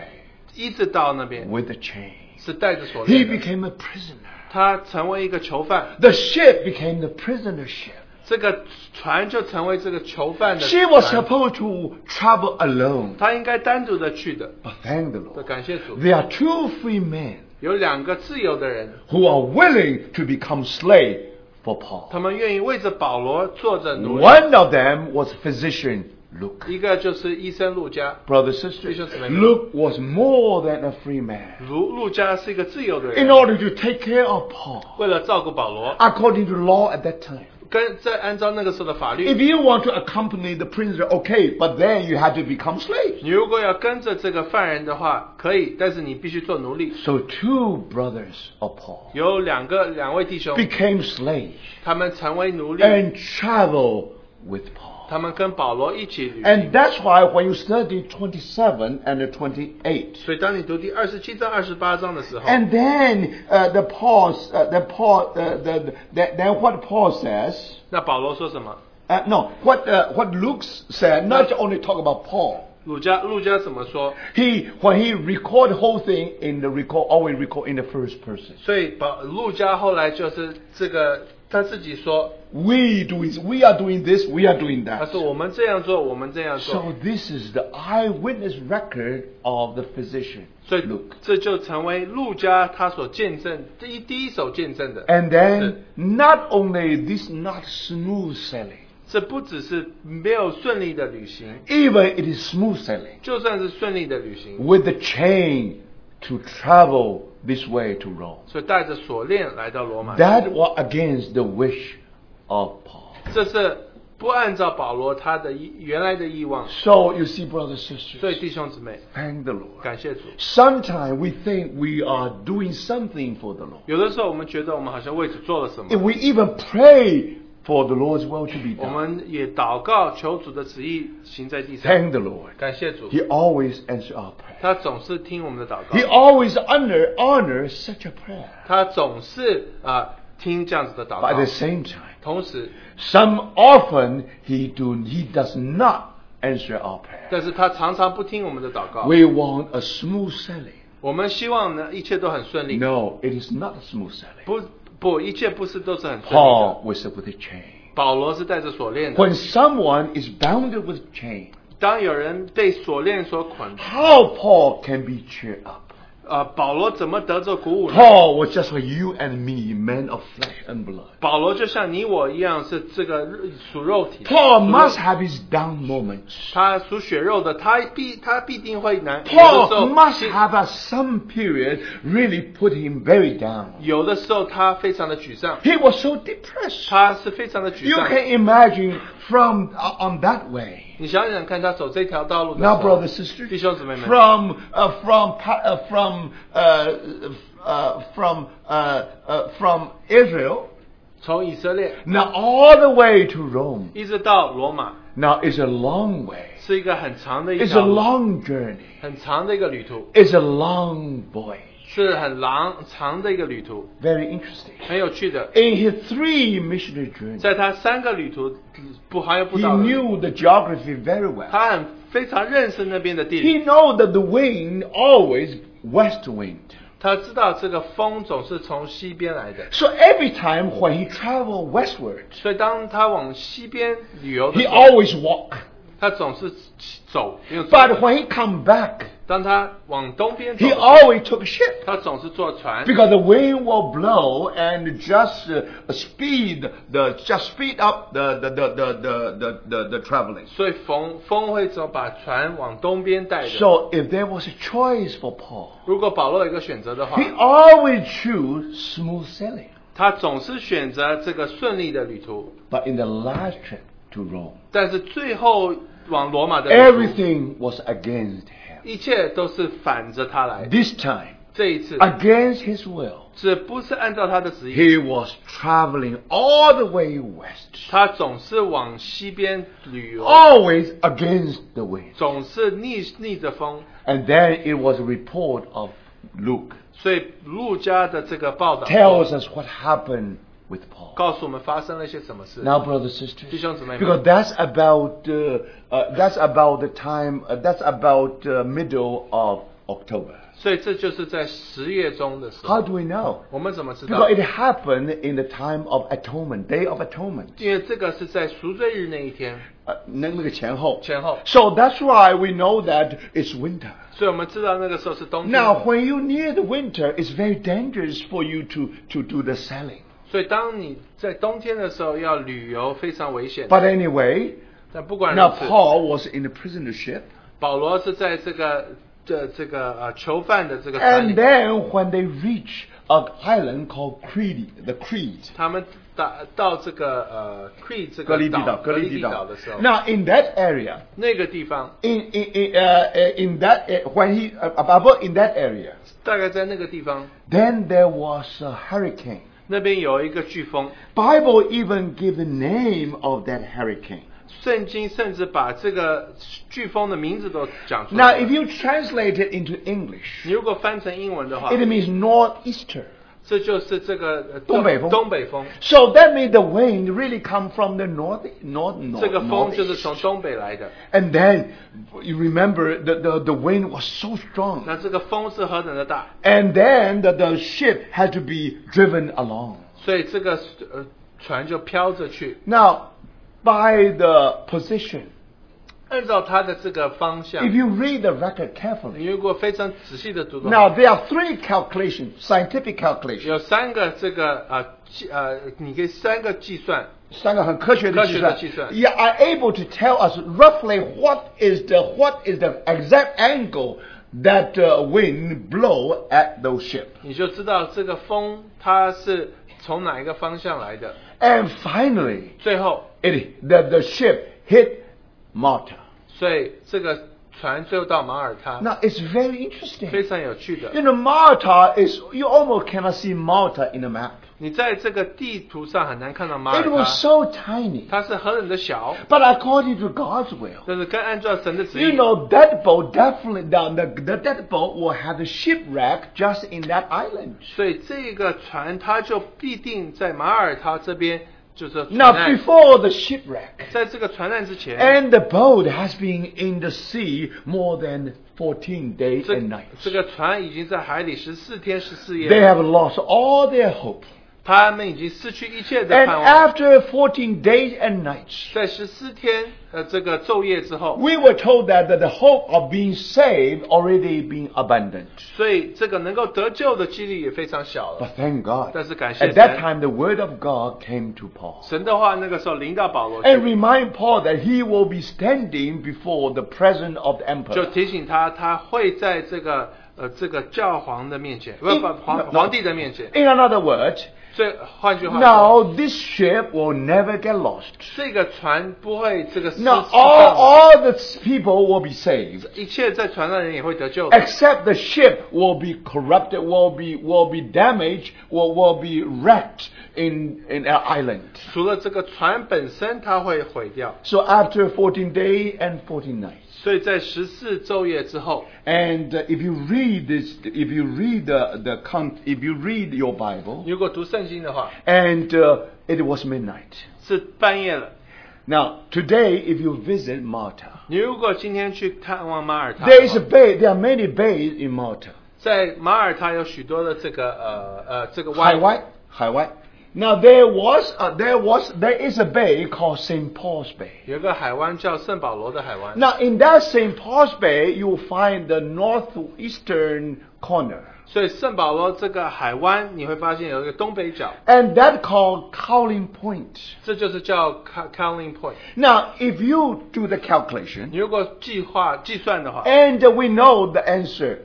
一直到那边 with the chain. 是带着锁 He 链的， became a prisoner. 他成为一个囚犯。 The ship became the prisoner ship. 这个船就成为这个囚犯的 She was 船， supposed to travel alone. 他应该单独的去的。 But thank the 这 Lord. 感谢主， There are two free men 有两个自由的人， who are willing to become slave for 他 Paul. 们愿意为着保罗做着奴隶。 One of them was physician Luke. 一个就是医生路加， Brother, sister, Physician. Luke was more than a free man. 如路加是一个自由的 In 人， order to take care of Paul, 为了照顾保罗， according to law at that time. 跟在按照那个时候的法 If 律， you want to accompany the prisoner, okay, but then you had to become slaves. 你如果要跟着这个犯人的话，可以，但是你必须做奴隶。 So two brothers of Paul 有两个两位弟兄， became slaves 他们成为奴隶， and traveled with Paul. 他们跟保罗一起旅行。 And that's why when you study 27 and 28, 所以当你读第二十七章、二十八章的时候， and then uh, the Paul, uh, the Paul, uh, the, the, then what Paul says, 那保罗说什么？ uh, no, what uh, what Luke said, not only talk about Paul. 儒家儒家怎么说？ He when he record the whole thing in the record, always record in the first person. 所以保儒家后来就是这个他自己说， We doing, we are doing this, we are doing 他 that. 说我们这样做，我们这样做 So，this is the eyewitness record of the physician 所以 Luke. 这就成为儒家他所见证第一第一手见证的。 And then not only this, not smooth sailing. 这不只是没有顺利的旅行， even it is smooth sailing 就算是顺利的旅行， with the chain to travel this way to Rome. 所以带着锁链来到罗马， That was against the wish of Paul. 这是不按照保罗他的意原来的欲望。 So you see, brothers and 所以 sisters, 弟兄姊妹， thank the Lord. 感谢主。 Sometimes we think we are doing something for the Lord. 有的时候我们觉得我们好像为主做了什么， If we even pray for the Lord's will to be 我 done, 们也祷告求主的旨意行在地上。 thank the Lord. 感谢主， He always answers our prayer. 他总是听我们的祷 He 告， always honor honors such a prayer. 他总是啊、听这样子的祷 But at 告，the same time, 同时， some often he do he does not answer our prayer. 但是他常常不听我们的祷告。 We want a smooth sailing. 我们希望呢，一切都很顺利。 No, it is not a smooth sailing. 不不，一切不是都是很顺利的。 Paul was with a chain. 保罗是带着锁链的。 When someone is bounded with chain, 当有人被锁链所捆， how Paul can be cheered up? 呃，保罗怎么得着鼓舞呢？ Paul was just like you and me, men of flesh and blood. 保罗就像你我一样，是这个肉属肉体的。 Paul 属肉 must have his down moments. 他属血肉的，他必他必定会难。有的时 Paul 候 must have at some period really put him very down. 有的时候他非常的沮丧， He was so depressed. 他是非常的沮 You 丧。 can imagine from uh, on that way. 你想想看，他走这条道路的时 Now, 候 brothers sisters, 弟兄姊妹们， from uh, from pa- uh, from uh, uh, from uh, uh, from Israel, 从以色列 now all the way to Rome. 一直到罗马， Now it's a long way. 是一个很长的一 It's a 条路 long journey. 很长的一个旅途， It's a long voyage. 是很长长的一个旅途， Very interesting. 很有趣的。 In his three missionary journeys, 在他三个旅途不环游不 he 到的， knew the geography very well. 他很非常认识那边的地 He 理， know that the wind always west wind. 他知道这个风总是从西边来的， So every time when he travel westward, 所以当他往西边旅游的 he 时候， always walk. 他总是走，没有走 But when he come back, 当他往东边走的 he 时候， always took ship 他总是坐船， because the wind will blow and just uh, speed the just speed up the the the the the the, the, the traveling. 所以风风会走把船往东边带着。 So if there was a choice for Paul, 如果保罗有一个选择的话 he，always choose smooth sailing. 他总是选择这个顺利的旅途， But in the last trip to Rome, 但是最后往罗马的旅途 everything was against him. 一切都是反着他来的。 This time, 这一次 against his will, 是不是按照他的旨意？ he was traveling all the way west, 他总是往西边旅游， always against the wind. 总是逆逆着风。 And then it was a report of Luke 所以陆家的这个报道 tells us what happened with Paul. 告诉我们发生了一些什么事。 Now, brothers sisters, 弟兄姊妹们。 because that's about uh, uh, that's about the time uh, that's about uh, middle of October. 所以这就是在十月中的时候，How do we know? 我们怎么知道 Because？it happened in the time of atonement, Day of Atonement. 因为这个是在赎罪日那一天 Uh, 那-那个前后。前后， So that's why we know that it's winter. 所以我们知道那个时候是冬天。 Now, when you near the winter, it's very dangerous for you to, to do the selling. 所以当你在冬天的时候要旅游非常危险。 But anyway, 但不管如 now 此， Paul was in the prisonership, 保罗是在这个这这个呃囚犯的这个船里 and then when they reach an island called Crete, the Crete, 他们打到这个呃 Crete 这格个利岛地岛，格利地岛岛的时候， Now in that area, 那个地方 in in in, uh, uh, in that uh, when he uh, about in that area, 大概在那个地方 then there was a hurricane. 那边有一个飓风， Bible even give the name of that hurricane. 圣经甚至把这个飓风的名字都讲出 Now, 来 if 了。 you translate it into English, 你如果翻成英文的话， it means northeaster. 这就是这个呃东北风东北风， So that means the wind really come from the north, north, north, 这个风就是 northeast. 从东北来的。 And then you remember the, the, the wind was so strong. 那这个风是何等的大， And then the, the ship had to be driven along. 所以这个呃船就飘着去。 Now, by the position, 按照它的这个方向 if，you read the record 你 carefully, 如果非常仔细的读的话 now there are three calculations, scientific calculations. 有三个这个呃计呃，你可以三个计算，三个很科学的计算，科学的计算。 you are able to tell us roughly what is the what is the exact angle that uh, wind blow at those ship. 你就知道这个风它是从哪一个方向来的。 And finally, 最后， it the, the ship hit Malta. 所以这个船最后到马耳他， Now it's 非 very interesting. 常有趣 You 的。 know, Malta is you almost cannot see Malta in a map. 你在这个地图上很难看到马耳 It 他， was so tiny, 它是何等的小， but according to God's will. 但是跟按照神的旨 You 意， know that boat definitely now the, the that boat will have a shipwreck just in that island. 所以这个船它就必定在马耳他这边就是船 Now 难。 before the shipwreck, 在这个船难之前， and the boat has been in the sea more than fourteen days 这 and nights. 这个船已经在海里十四天十四 They 夜， have lost all their hope, 他们已经失去一切 and 的盼望。 after fourteen days and nights, 在十四天呃这个昼夜之后， we were told that, that the hope of being saved already been abandoned. 所以这个能够得救的几率也非常小了。 But thank God, 但是感谢 at 神。that time the word of God came to Paul. 神的话那个时候临到保罗去， and remind Paul that he will be standing before the presence of the 就 emperor. 提醒他，他会在这个呃这个教皇的面前，不一不皇那皇帝的面前。 In another word, 所以换句话说， now this ship will never get lost. 这个船不会这个失 Now 失放 all, 的 all the people will be saved, 一切在船上的人也会得救的， except the ship will be corrupted, will be will be damaged, will will be wrecked in in our island. 除了这个船本身它会毁掉。 So after 14 days and 14 nights. 所以在十四昼夜之后， And uh, if you read this, if you read the, the con- if you read your Bible, 如果读圣经的话， and uh, it was midnight. 是半夜了。 Now, today, if you visit Malta, 你如果今天去探望马耳他的 there is a 话， bay. There are many bays in Malta. 在马耳他有许多的这个呃呃这个湾 Hawaii, Hawaii. Now there was, uh, there was, there is a bay called Saint Paul's Bay. 有一个海湾叫圣保罗的海湾。 Now in that Saint Paul's Bay, you will find the northeastern corner, 所以圣保罗这个海湾，你会发现有一个东北角， and that called Cowling Point. 这就是叫 Co- Counting Point。 Now, if you do the 你 calculation, 如果计划计算的话， and we know the answer.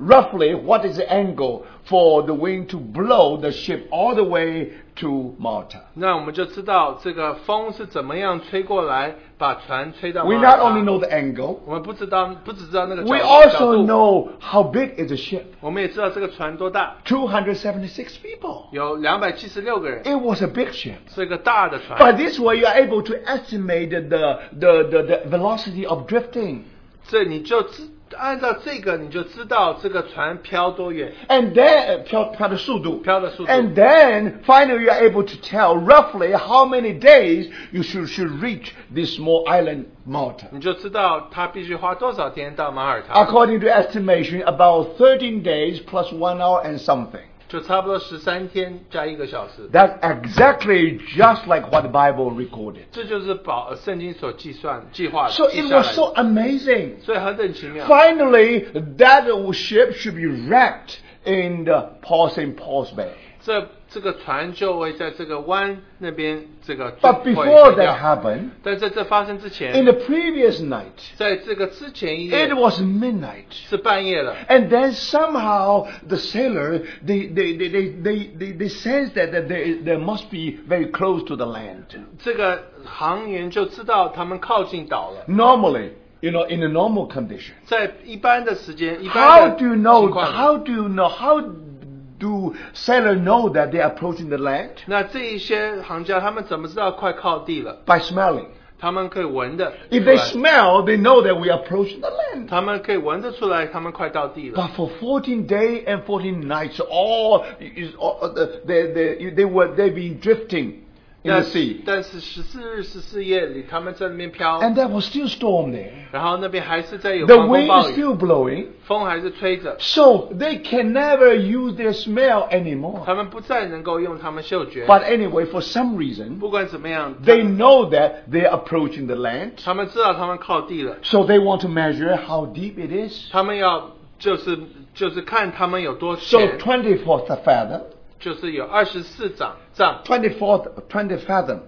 Roughly, what is the angle for the wind to blow the ship all the way to Malta? 那我们就知道这个风是怎么样吹过来，把船吹到 We 马耳 not 他 only know the angle, 我们不知道，不只知道那个角 we 角度 also know how big is the ship. 我们也知道这个船多大， 276 people. 有两百七十六个人， It was a big ship. 是一个大的船。 By this way, you are able to estimate the, the, the, the velocity of drifting. 这你就知，按照这个你就知道这个船飘多远， And then, uh, 飘-飘的速度。飘的速度。 and then finally you are able to tell roughly how many days you should, should reach this small island, Malta. 你就知道它必须花多少天到马耳他， According to estimation, about 13 days plus one hour and something. 就差不多十三天加一个小时。 That's exactly just like what the Bible recorded. 这就是保呃圣经所计算计划 So 计 it 下来 was 的 so amazing. 所以何等奇妙！ Finally, that ship should be wrecked in the Paul St. Paul's Bay. 这这个船就会在这个湾那边这个 But 会 before 毁掉 that happened, 但在这发生之 in 前， the previous night, 在这个之前一夜 it was midnight. 是半夜了， And then somehow the sailor they they they they they, they, they sense that, that they, they must be very close to the land. 这个航员就知道他们靠近岛了。 Normally, you know, in a normal condition. 在一般的时间，一般 How 的 do 情 you know 况， how do you know how do sailor know that they're approaching the land? 那这一些行家他们怎么知道快靠地了？ By smelling. 他们可以闻的 If 出来，they smell, they know that we are approaching the land. 他们可以闻得出来，他们快到地了。 But for 14 days and 14 nights, all, is, all uh, the- they, they, they were they been drifting in 但 the sea, 但是十四日、十四夜里，他们在那边飘， and there was still storm there. 然后那边还是在有 The 狂风 wind 暴 is 雨， still blowing, 风还是吹着， so they can never use their smell 他 anymore. 们不再能够用他们嗅觉。 But anyway, for some reason, 不管怎么样，他 they know that they're approaching the land, 他们知道他们靠地了， so they want to measure how deep it is. 他们要就是就是看他们有多 So 浅， 24th fathom, 就是有二十四掌丈， 24th, 20 fathom.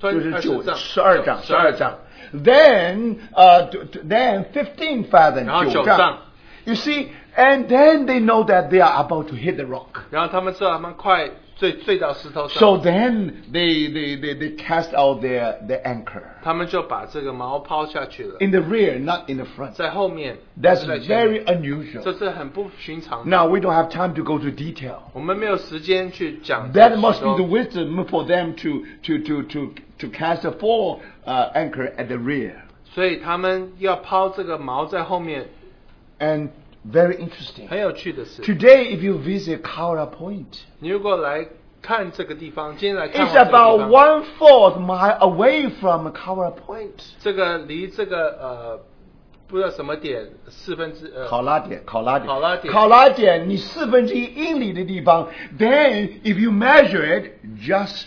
二十丈，就是九十二张，十二十二张。Then, uh, t- t- then fifteen fathom 然后九九丈。 You see, And then they know that they are about to hit the rock. 然后他们知道他们快坠坠到石头 So 上， then they, they, they, they cast out their, their anchor 他们就把这个锚抛下去了， in the rear, not in the front. 在后面。 That's 不是在前 very 面这 unusual. 是很不寻常的。 Now, we don't have time to go to detail. 我们没有时间去讲这 That 个 must 石 be 头。 the wisdom for them to, to, to, to, to cast a full uh, anchor at the rear. 所以他们要抛这个锚在后面， And very interesting. 很有趣的是， Today, if you visit Kaura Point, 你如果来看这个地方，今天来看望 it's 这个地方 about one fourth mile away from Kaura Point. 这个离这个呃不知道什么点四分之呃考拉点，考拉点，考拉点考拉点，你四分之一英里的地方，then if you measure it just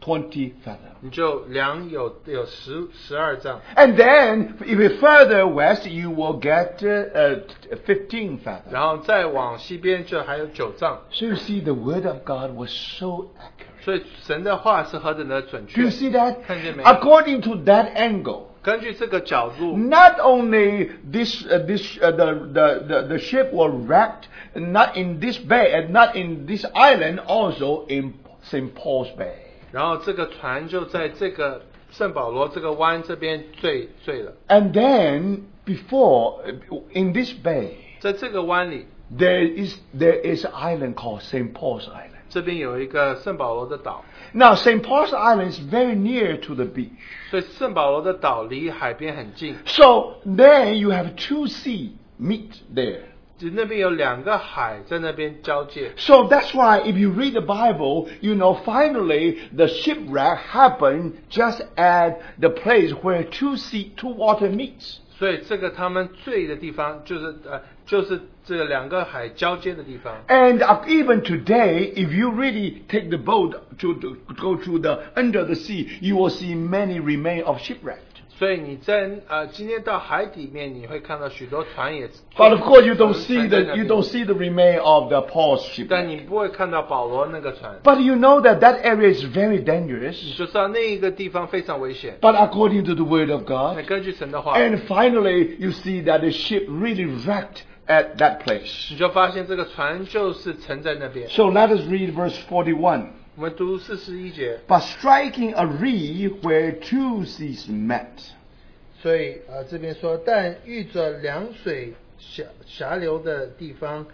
twenty fathom. 你就量有有十十二丈， And then, if you further west, you will get uh, uh, 15 fathom. 然后再往西边就还有九丈， So you see, the word of God was so accurate. 所以神的话是何等的准 Do 确 you。see that? 看见没有？ According to that angle, 根据这个角度， not only this uh, this uh, the, the the the ship was wrecked not in this bay and not in this island also in St Paul's Bay 然后这个船就在这个圣保罗这个湾这边坠坠了， and then before uh, in this bay 在这个湾里， there is there is an island called St Paul's Island 这边有一个圣保罗的岛， now St Paul's Island is very near to the beach 所以圣保罗的岛离海边很近， so then you have two sea meet there 就那边有两个海在那边交界， So that's why if you read the Bible, you know finally the shipwreck happened just at the place where two sea two water meets. 所以这个他们坠的地方就是呃就是这个两个海交接的地方。 And up- even today, if you really take the boat to, to go to the under the sea, you will see many remain of shipwrecked. 所以你在呃今天到海底面，你会看到许多船也。 But of course, you don't see 船在 the 那 you 边 don't see the remain of the Paul's 但 shipwreck. 你不会看到保罗那个船， But you know that that area is very 你 dangerous. 就知道那一个地方非常危险。 But according to the Word of 那 God, 根据神的话， and finally you see that the ship really wrecked at that place. 你就发现这个船就是沉在那边。 So let us read verse 41. 我们读四十一节， But striking a reed where two seas met. 所以啊、呃这边说，但遇着凉水峡峡流的地方，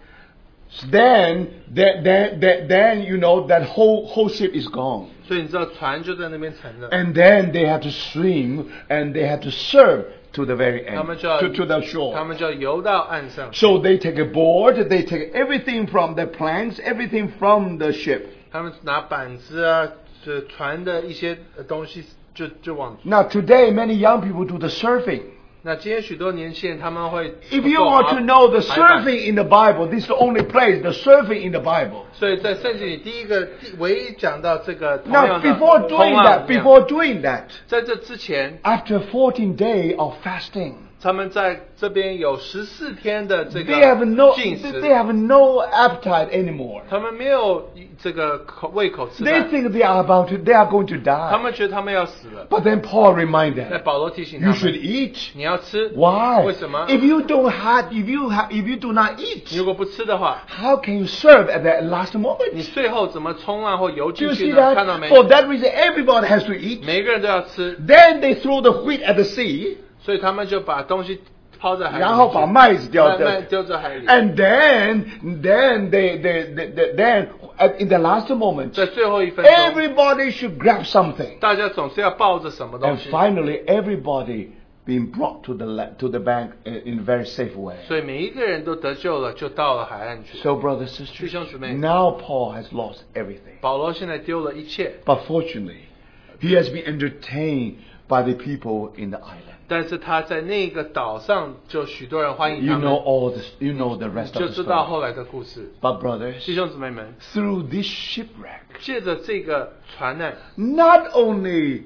Then, then, then, then, then, you know that whole whole ship is gone, 所以你知道船就在那边沉了。 and then they have to swim and they have to serve to the very end, 他们就要- to, to 他 the shore. 们就游到岸上， So they take a board, they take everything from the planks, everything from the ship. 他们拿板子啊，这船的一些呃东西就就往 Now today, many young people do the surfing. 那今天许多年轻人他们会 If you 做 want to know the 排版 surfing in the Bible, this is the only place the surfing in the Bible. 所以在圣经里第一个第唯一讲到这个同 Now, 样的 before doing 同样的 that, before doing that, 在这之前， after 14 days of fasting, 他们在这边有十四天的这 they have 个 no, 进 they 食， have no appetite anymore. 他们没有这个口胃口吃 They 饭， think they are about to, they are going to 他 die. 们觉得他们要死了。 But then Paul reminded 那 them, 保罗提醒他 you should 们， eat. 你要吃， Why? 为什么？ If you don't have, if you have, if you do not 你 eat, 如果不吃的话， how can you serve at that last 你 moment? 最后怎么冲浪或游 Do 进 you 去 see 呢？看到 that? 没？ For that reason, everybody has to eat. 每个人都要吃， Then they throw the wheat at the sea, 所以他们就把东西抛在海里去，然后把麦子掉慢慢丢掉在海里。 and then then they, they, they, they then at, in the last moment, 在最后一分钟， Everybody should grab something. 大家总是要抱着什么东 And 西， finally, everybody being brought to the la- to the bank i- in a very safe way. 所以每一个人都得救了，就到了海岸去。 So, brothers and sisters, 弟兄姊妹。 now Paul has lost everything. 保罗现在丢了一切， But fortunately, he has been entertained by the people in the island. 但是他在那个岛上就许多人欢迎 You 他 know 们， all this. You know the rest 就 of the 知道 story. 后来的故事。 But brothers, 弟兄姊妹们， through this shipwreck, 借着这个船难， not only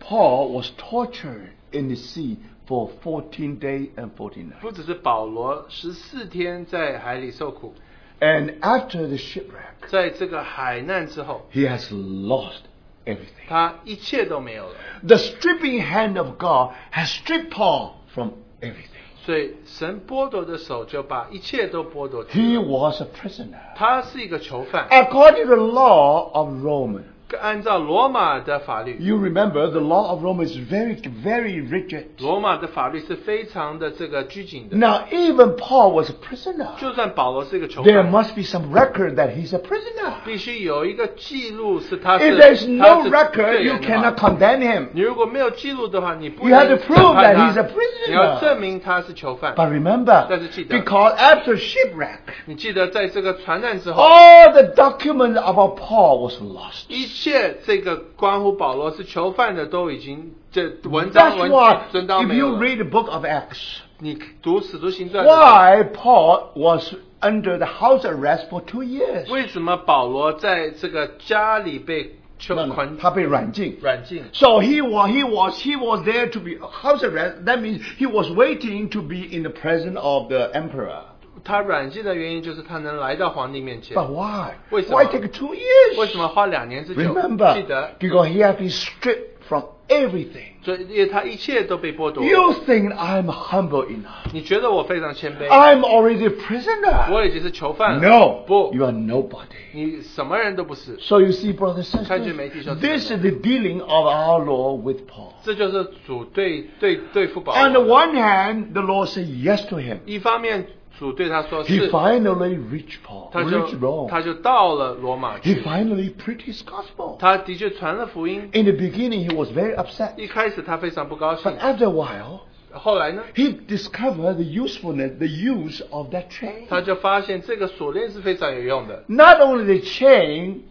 Paul was tortured in the sea for 14 days and 14 nights, 不只是保罗十四天在海里受苦， and after the shipwreck. 在这个海难之后， He has lost everything. 他一切都没有了。 The stripping hand of God has stripped Paul from everything. 所以神剥夺的手就把一切都剥夺去 He 了。 was a prisoner. 他是一个囚犯， According to the law of Rome, 按照罗马的法律， you remember the law of Rome is very, very rigid. 罗马的法律是非常的这个拘谨的。 Now, even Paul was a prisoner. 就算保罗是一个囚 There 犯， must be some record that he's a prisoner. 必须有一个记录是他是 If there's 他 no 是 record, 罪 you 人的话 cannot condemn him. 你如果没有记录的话，你不 You have 能 to 审判 prove that 他 he's a prisoner. 你要证明他是囚犯。 But remember, 但是记得。 because after shipwreck, 你记得在这个船难之后， all the documents about Paul was lost. 一切这个关乎保罗是囚犯的都已经这文章 That's 文 why 文章 if 没有 you 了。 read the book of Acts, 你读《使徒行传》的时候 why Paul was under the house arrest for two years. 为什么保罗在这个家里被囚 No, no, 捆他被软禁。软禁？ So he was, he was, he was there to be house arrest. That means he was waiting to be in the presence of the emperor. 他软禁的原因就是他能来到皇帝面前。 But why? 为什么？ Why take two years? 为什么花两年之久？记 Remember, 得， because he had been stripped from everything. 所以因为他一切都被剥夺。 You think I'm humble enough? 你觉得我非常谦卑？ I'm already a prisoner. 我已经是囚犯了。 No, 不 you，are nobody. 你什么人都不是。 So you see, brothers and sisters, 看见没，弟兄姊妹？ this is the dealing of our Lord with Paul. 这就是主对对对付保 On 罗 the 的。 one hand, the Lord said yes to him. 一方面，主对他说 He 是， finally reached Paul, 他就 reached Rome. 他就到了罗马 He 去， finally preached his gospel. 他的确传了福音。 In the beginning, he was very upset. 一开始他非常不高兴 But，after a while, 后来呢， he discovered the usefulness, the use of that chain. 他就发现这个锁链是非常有用的。 Not only the chain,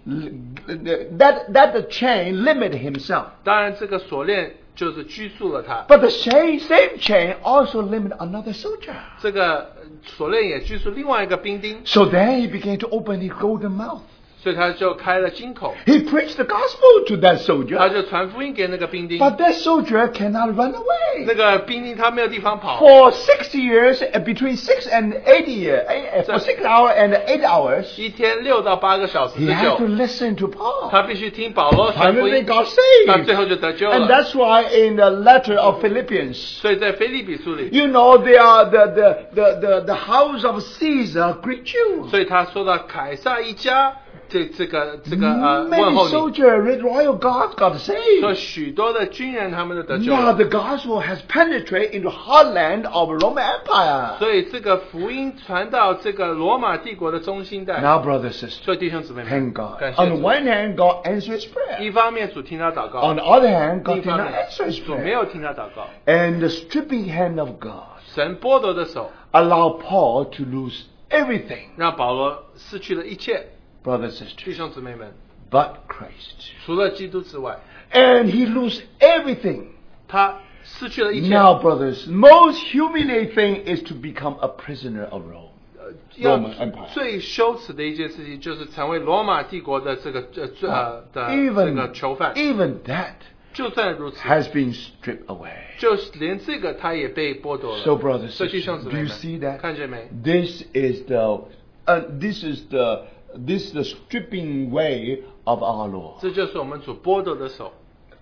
that, that the chain limited himself, 当然，这个锁链就是拘束了他， but the same, same chain also limited another soldier. 这个呃锁链也拘束另外一个兵丁， So then he began to open his golden mouth. 所以他就开了金口， He preached the gospel to 他 that soldier, 就传福音给那个兵丁。 but that soldier cannot run 那 away. 个兵丁他没有地方跑， For six years, uh, between six and eight years, for So- six hours and eight hours, 一天六到八个小时 he 之 had 久，to listen to 他 Paul. 必须听保罗传福 Finally 音， got 他最后 saved. 就得救 And 了。 that's why in the letter of Philippians, 所以在菲利比书里， You know, they are the, the, the, the, the house of Caesar greet you. 所以他说到凯撒一家，这这个这个呃问 Many 候你， soldiers, royal guards got 说 saved. 许多的军人他们都得救 Now 了。 the gospel has penetrated into heartland of Roman Empire. 所以这个福音传到这个罗马帝国的中心带， Now, brothers and sisters, 所以弟兄姊妹们 thank，God. 感 On the 谢主。 one hand, God answers 一 prayer. 方面主听他祷 On 告， the other hand, 另 God 一 did 方 not 面 answer his 主没 prayer. 有听他祷告。 And the stripping hand of God 神剥夺的手 allowed Paul to lose everything, 让保罗失去了一切， brothers and 弟 sisters, 兄姊妹们， but Christ. 除了基督之外， And he lose everything 他失去了一切。 Now, brothers, most humiliating thing is to become a prisoner of Rome. 要 Roman Empire 最羞耻的一件事情，就是成为罗马帝国的这个呃最呃的这啊 Even, 个囚犯。 even that 就算如此， has been stripped away. 就是连这个他也被剥夺了。 So, brothers, 所以弟兄姊 do 妹 you 们 see that? 看见没？ This is the, uh, this is the, this is the stripping way of our Lord. 这就是我们主剥夺的手。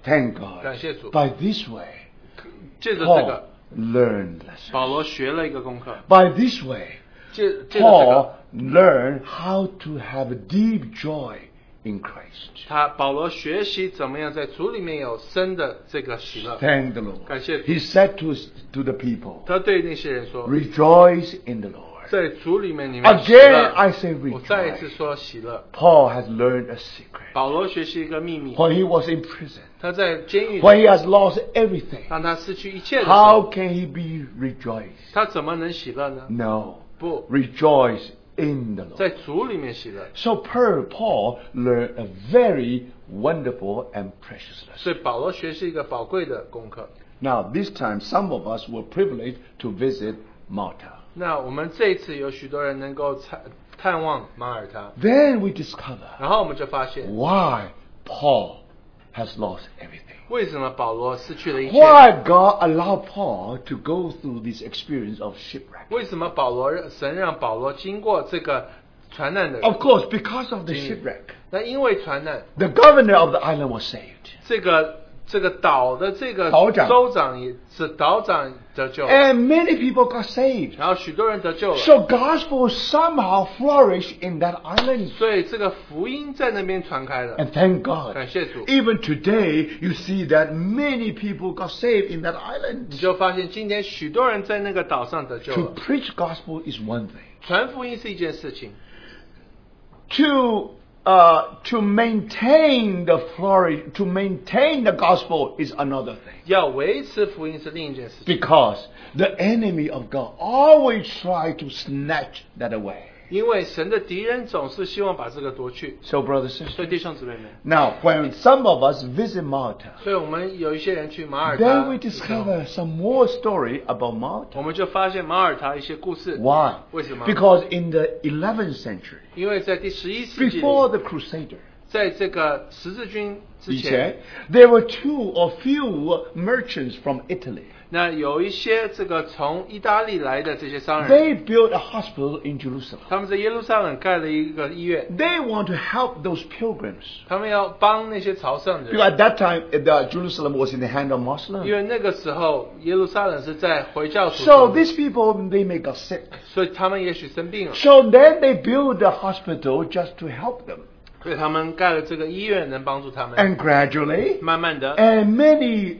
Thank God. 感谢主。 By this way, 借着这 Paul 个， learned lesson. 保罗学了一个功课。 By this way, 借借着这个， Paul learned how to have a deep joy in Christ. 他保罗学习怎么样在主里面有深的这个喜乐。 Thank the Lord. 感谢主。 He said to, to the people, 他对那些人说， Rejoice in the Lord. 在主里面你们喜 Again, 乐。 I say 我再一次 rejoice. 说喜乐。 Paul has learned a secret. 保罗学习一个秘密， When he was in prison, 他在监狱里 when he has lost everything, 当他失去一切的时候 how，can he be rejoiced? 他怎么能喜乐呢？ No. 不， Rejoice in the 在 Lord. 主里面喜乐。 So per Paul learned a very wonderful and precious lesson. 所以保罗学习一个宝贵的功课。 Now, this time, some of us were privileged to visit Malta. 那我们这一次有许多人能够探探望马耳他， Then we discover 然后我们就发嗯现， why Paul has lost everything. 为什么保罗失去了一切？ Why God allowed Paul to go through this experience of shipwreck? 为什么保罗神让保罗经过这个船难的？ Of course, because of the shipwreck, 那因为船难， the governor of the island was saved. 这个这个岛的这个岛长州长也是岛长得救， And many people got saved. 然后许多人得救了， So gospel somehow flourished in that island. 所以这个福音在那边传开了。 And thank God. 感谢主， Even today, you see that many people got saved in that 你 island. 就发现今天许多人在那个岛上得救 To 了。 preach gospel is one thing. 传福音是一件事情， To uh, to maintain the flourish, to maintain the gospel is another thing. 要维持福音是另一件事情， Because the enemy of God always try to snatch that away. 因为神的敌人总是希望把这个夺去。 So, brothers and 所以 sisters, 弟兄姊妹们， now when some of us visit Malta, 所以我们有一些人去马耳他 then we 去看望， discover some more story 我 about Malta. 们就发现马耳他一些故事。 Why? 为什么？ Because in the 11th century, 因为在第十一世纪里， before the Crusader, 在这个十字军之 he 前 said,，there were two or few merchants from Italy. 那有一些这个从意大利来的这些商人， They built a hospital in Jerusalem. 他们在耶路撒冷盖了一个医院， They want to help those pilgrims. 他们要帮那些朝圣的 Because 人， at that time, eh, the Jerusalem was in the hand of Muslims. 因为那个时候耶路撒冷是在回教徒 So 中， these people they may got sick. 所以他们也许生病了， So then they build a hospital just to help them. 所以他们盖了这个医院能帮助他们。 And gradually, 慢慢的， and many,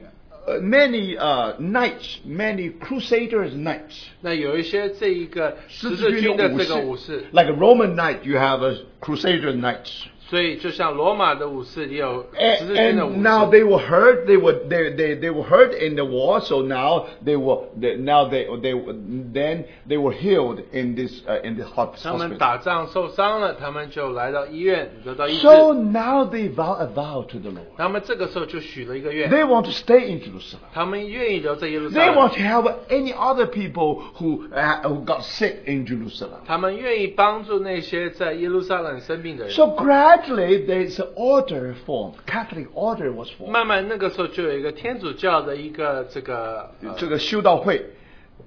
uh, many uh, knights, many crusaders knights, 那有一些这一个十字军的这个武士， like a Roman knight, you have a crusader knights. 所以就像罗马的武士也有十 And, 字军的武 and now 士， they were hurt. They were they, they, they were hurt in the war. So now they were they, now they they then they were healed in this uh, in the hos- 他们 hospital. 打仗受伤了，他们就来到医院得到医治， So now they vow a vow to the Lord. 他们这个时候就许了一个愿。 They want to stay in Jerusalem. 他们愿意留在耶路撒 They 冷 want，to help any other people who, uh, who got sick in Jerusalem. 他们愿意帮助那些在耶路撒冷生病的人。 So gradually, there's an order formed. Catholic order was formed. 慢慢那个时候就有一个天主教的一个这个、呃、这个修道会，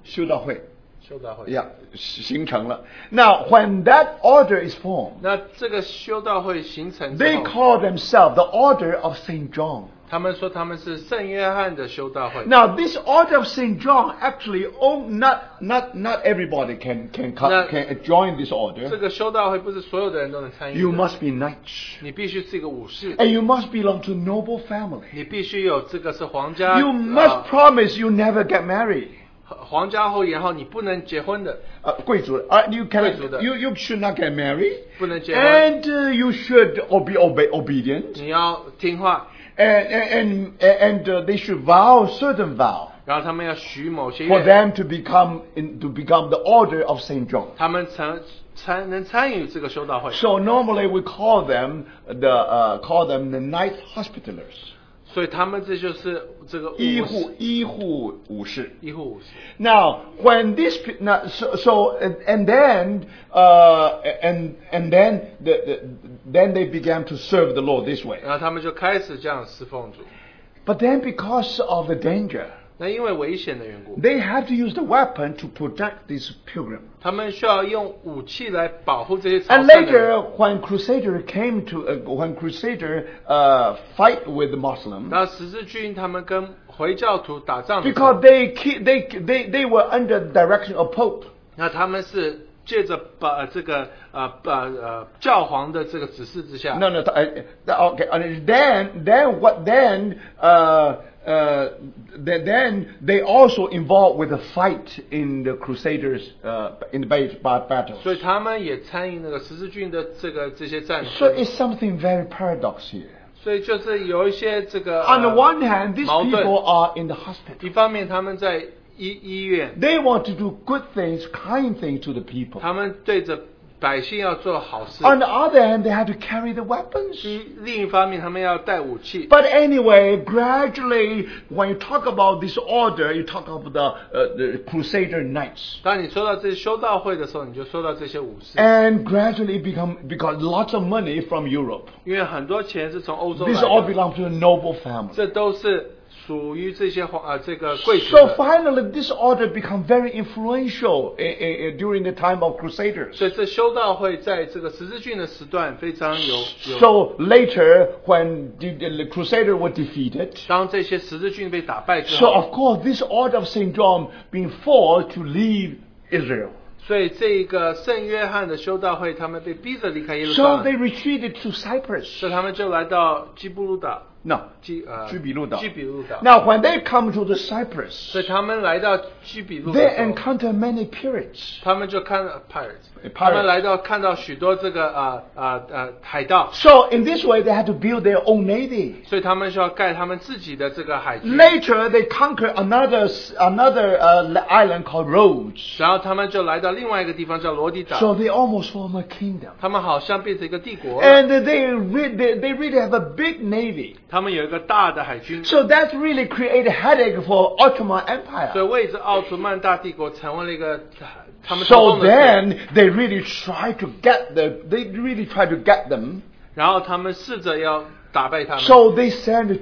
修道会，修道会。 yeah, 形成了. Now, when that order is formed, 那这个修道会形成之 they 后， call themselves the Order of Saint John. 他们说他们是圣约翰的修道会。 Now, this Order of Saint John actually, oh, not not not everybody can can No. co- can join this 这 order. 个修道会不是所有的人都能参与 You 的 must be knights, 你必须是一个武士， and you must belong to noble family. 你必须有这个是皇家 You 呃 must promise you never get married. 皇家后裔，然后你不能结婚的， Uh, 贵族, uh, you, cannot, 贵族的。 you, you should not get married. 不能结婚。 And uh, you should o- be obe- obedient. 你要听话。 And, and, and, and uh, they should vow certain vow 然后他们要许某些 for 愿。 them to become, in, to become the order of St. John. 他们才才能参与这个修道会， So normally we call them the, uh, call them the Knight Hospitalers. 所以他们这就是这个武士医护-医护武士。医护武士。 Now, when this pe- now, so, so and, and then uh, and and then the, the, then they began to serve the Lord this way. 然后他们就开始这样侍奉主。 But then, because of the danger, 那因为危险的缘故， they had to use the weapon to protect this pilgrim. 他们需要用武器来保护这些朝 And 圣的 later, 人。 when Crusader came to uh, when Crusader uh, fight with the Muslim, 然后十字军他们跟回教徒打仗的时候 because they ki- they they they were under the direction of Pope. 那他们是借着把这个呃呃呃教皇的这个指示之下， No, no. I, I- okay, and then, then what? Then, uh, uh, then, then they also involved with the fight in the Crusaders uh, in the ba- ba- battles. 所以他们也参与那个十字军的这个这些战 So 争， it's something very paradox here. 所以就是有一些这个。 On the 呃 one hand, these 矛盾。 people are in the hospital. 一方面他们在医医院， They want to do good things, kind things to the people. 他们对着百姓要做好事； On the other hand, they have to carry the weapons. 一另一方面，他们要带武器。 But anyway, gradually, when you talk about this order, you talk about the, uh, the Crusader Knights. 当你说到这些修道会的时候，你就说到这些武士， and gradually become because lots of money from Europe. 因为很多钱是从欧洲来 This all 的， belongs to a noble family. 这都是属于这些皇呃这个贵族 So 的， finally, this order become very influential i- i- i- during the time of Crusaders. 所以这修道会在这个十字军的时段非常有有。 So later, when the, the Crusader were defeated, 当这些十字军被打败之 so 后， of course this order of Saint John being forced to leave Israel. 所以这个圣约翰的修道会，他们被逼着离开耶路撒 So they 冷， retreated to Cyprus. 所以他们就来到基布鲁岛， No, 基呃居比路岛基比路岛。 now when they come to the Cyprus, 所以他们来到基比路的 they 时候， encounter many pirates. 他们就看到 pirates， Pirates 他们来到看到许多这个啊啊啊海盗， So in this way, they had to build their own navy. 所以他们就要盖他们自己的这个海军。 Later, they conquer another another uh, island called Rhodes. 然后他们就来到另外一个地方叫罗迪岛， So they almost form a kingdom. 他们好像变成一个帝国了， And they, re- they, they really have a big navy. 他们有一个大的海军， So that really created a headache for Ottoman 所以 Empire. 为此奥斯曼大帝国成为了一个他们头 So 痛的事。 then they really try to get the, they really try to get them. 然后他们试着要打败他们， So they send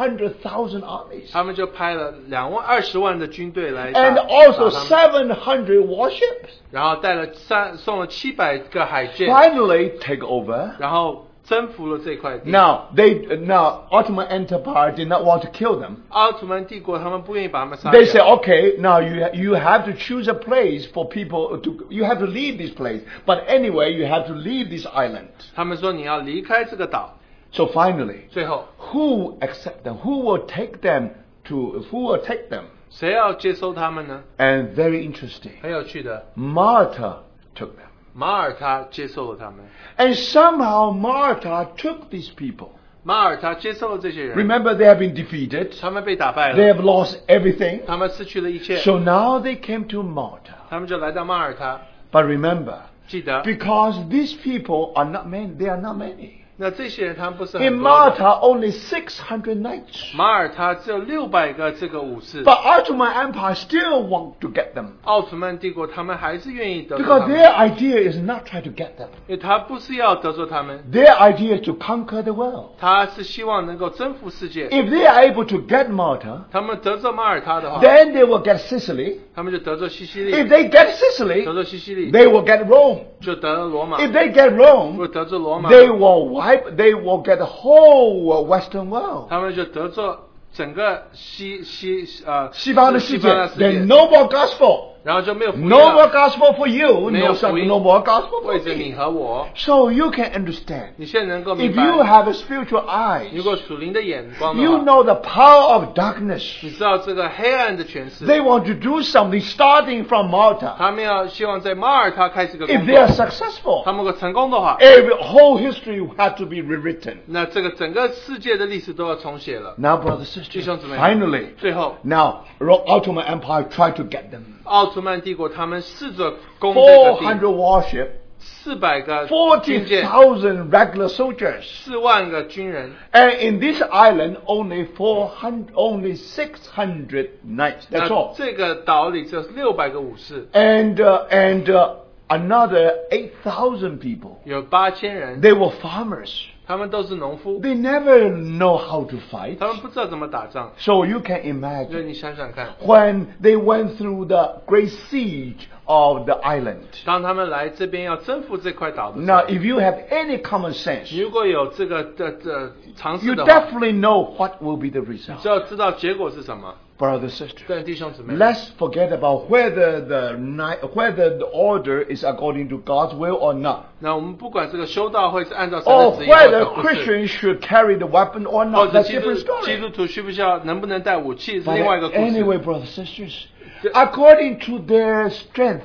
200,000 armies 他们就派了两万二十万的军队来打 and 打 also 他们， 700 warships. 然后带了三送了七百个海舰， Finally take over. 然后征服了这块地。 Now they now Ottoman Empire did not want to kill them. 奥斯曼帝国他们不愿意把他们杀 They say, "Oh, 掉， okay, now you you have to choose a place for people to you have to leave this place, but anyway you have to leave this island. 他们说你要离开这个岛。 So finally, 最后， who accept them? Who will take them to? Who will take them? 谁要接收他们呢？ And very interesting, 很有趣的， Martha took them, 马耳他接受了他们， and somehow Martha took these people. 马耳他接受了这些人， Remember, they have been defeated. 他们被打败 They 了， have lost everything. 他们失去了一切， So now they came to Malta. 他们就来到马耳他。 But remember, 记得， because these people are not many, they are not many. 那这些人他们不是很 In 多的 Malta, only 600 knights. 马耳他只有六百个这个武士， But Ottoman Empire still want to get them 奥斯曼帝国他们还是愿意得罪他 because 们， their idea is not try to get them. 因为他不是要得罪他们， Their idea is to conquer the world. 他是希望能够征服世界。 If they are able to get Malta, 他们得罪马耳他的话， then they will get Sicily. 他们就得罪西西 If 里， they get Sicily, 得罪西西里 they will get Rome. 就得了罗马， If they get 如果 Rome, 得罪罗马， they will wipe. They will get the whole Western world. 他们就得罪整个西西呃西方的世西界方的世界，then no more gospel, 然后就没有福音 no 了 more gospel for you, 没有 no 福 some, 音 no more gospel 为 for 着你 me. 和我， So you can understand. 你现在能够 If 明白， you have a spiritual eyes, 如果属灵的眼光的 you 话， know the power of darkness. 你知道这个黑暗的权势。 They want to do something starting from Malta. 他们要希望在马耳他开始个 If 工 they are 作，他 successful, 们如果成功的话， every whole history will have to be rewritten. 那这个整个世界的历史都要重写了。 Now, brothers 弟 sisters, 兄姊妹， finally, 最后 now Ro- Ottoman Empire tried to get them. 奥斯曼帝国他们试着攻这个地， 400 warship, 四百个军舰， 40,000 regular soldiers. 四万个军人， And in this island, only 400, only 600 knights. 那 That's all. 这个岛里只有六百个武士， And uh, and uh, another 8,000 people. 有八千人， They were farmers. 他们都是农夫， They never know how to fight. 他们不知道怎么打仗。 So you can 所以 imagine 你想想看， when they went through the great siege of the island. 当他们来这边要征服这块岛的时 Now, 候， if you have any common sense, 你如果有这个的的尝试 you 的话， definitely know what will be the 就 result. 要知道结果是什么。 Brothers, sisters. 对弟兄姊妹， Let's forget about whether the ni- whether the order is according to God's will or not, 那我们不管这个修道会是按照神的 or 旨意或 whether 者不是， Christians should carry the weapon or 或 not. 者 That's 基督 different 基督 story. 徒需不需要能不能带武器是 But 另外一个故 anyway, 事。 brothers sisters, Yeah. according to their strength,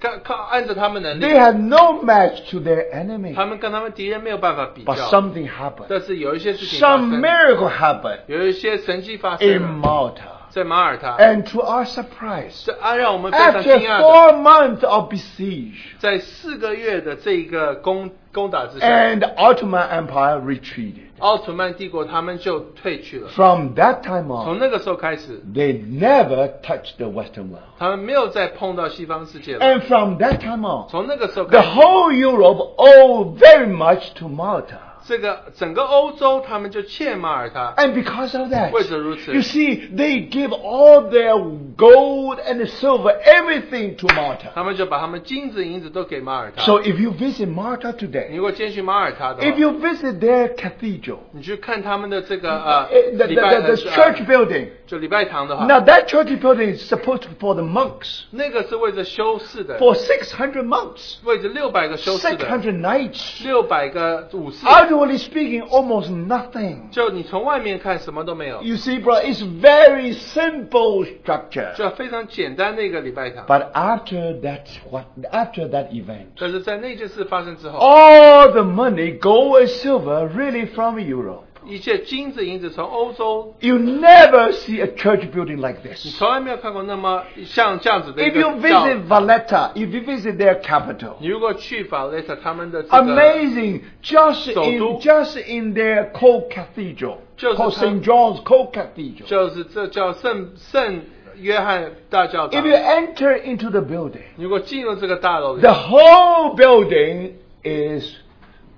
看看按照他们能 they 力， have no match to their enemy. 他们跟他们敌人没有办法比 But 较， something happened. 但是有一些事情发 Some 生， miracle happened 有一些神迹发 in 生了， Malta, 在马耳他， and to our surprise, 这啊让我们非常惊 after 讶的， four months of besiege, 在四个月的这一个攻攻打之下， and the Ottoman Empire retreated. 奥斯曼帝国他们就退去了。 From that time 从 on, 那个时候开始， they never touched the Western world. 他们没有再碰到西方世界了。 And from that time on, 从那个时候开 the 始。 whole Europe owed very much to Malta. 这个整个欧洲他们就欠马耳他。 And because of that, 为此如此。 you see, they give all their gold and silver, everything to Malta. 他们就把他们金子银子都给马耳他。 So if you visit Malta 你 today, 如果先去马耳他的话 if you visit their cathedral, 你去看他们的这个呃 eh, the, 礼拜 the- the- the 呃 church building, 就礼拜堂的话， now that church building is supposed to be for the monks, 那个是为着修士的， for 600 monks, 为着六百个修士的， 600 knights. 六百个武士， Outwardly speaking, almost nothing. 就你从外面看什么都没有， You see, brother, it's very simple structure. 就非常简单的一个礼拜堂。 But after that, what after that event, 但是在那件事发生之后， all the money, gold and silver, really from Europe. 一切金子银子从欧洲， You never see a church building like 你 this. 从来没有看过那么像这样子的一 If 个 you 教 visit Valletta, if you visit their capital, 你如果去 Valletta 他们的这个， amazing. Just in 首都。 just in their cold cathedral, 就是 called 它 St. John's Cold Cathedral. 就是这叫圣圣约翰大教堂 If。you enter into the building, 你如果进入这个大楼里 the，whole building is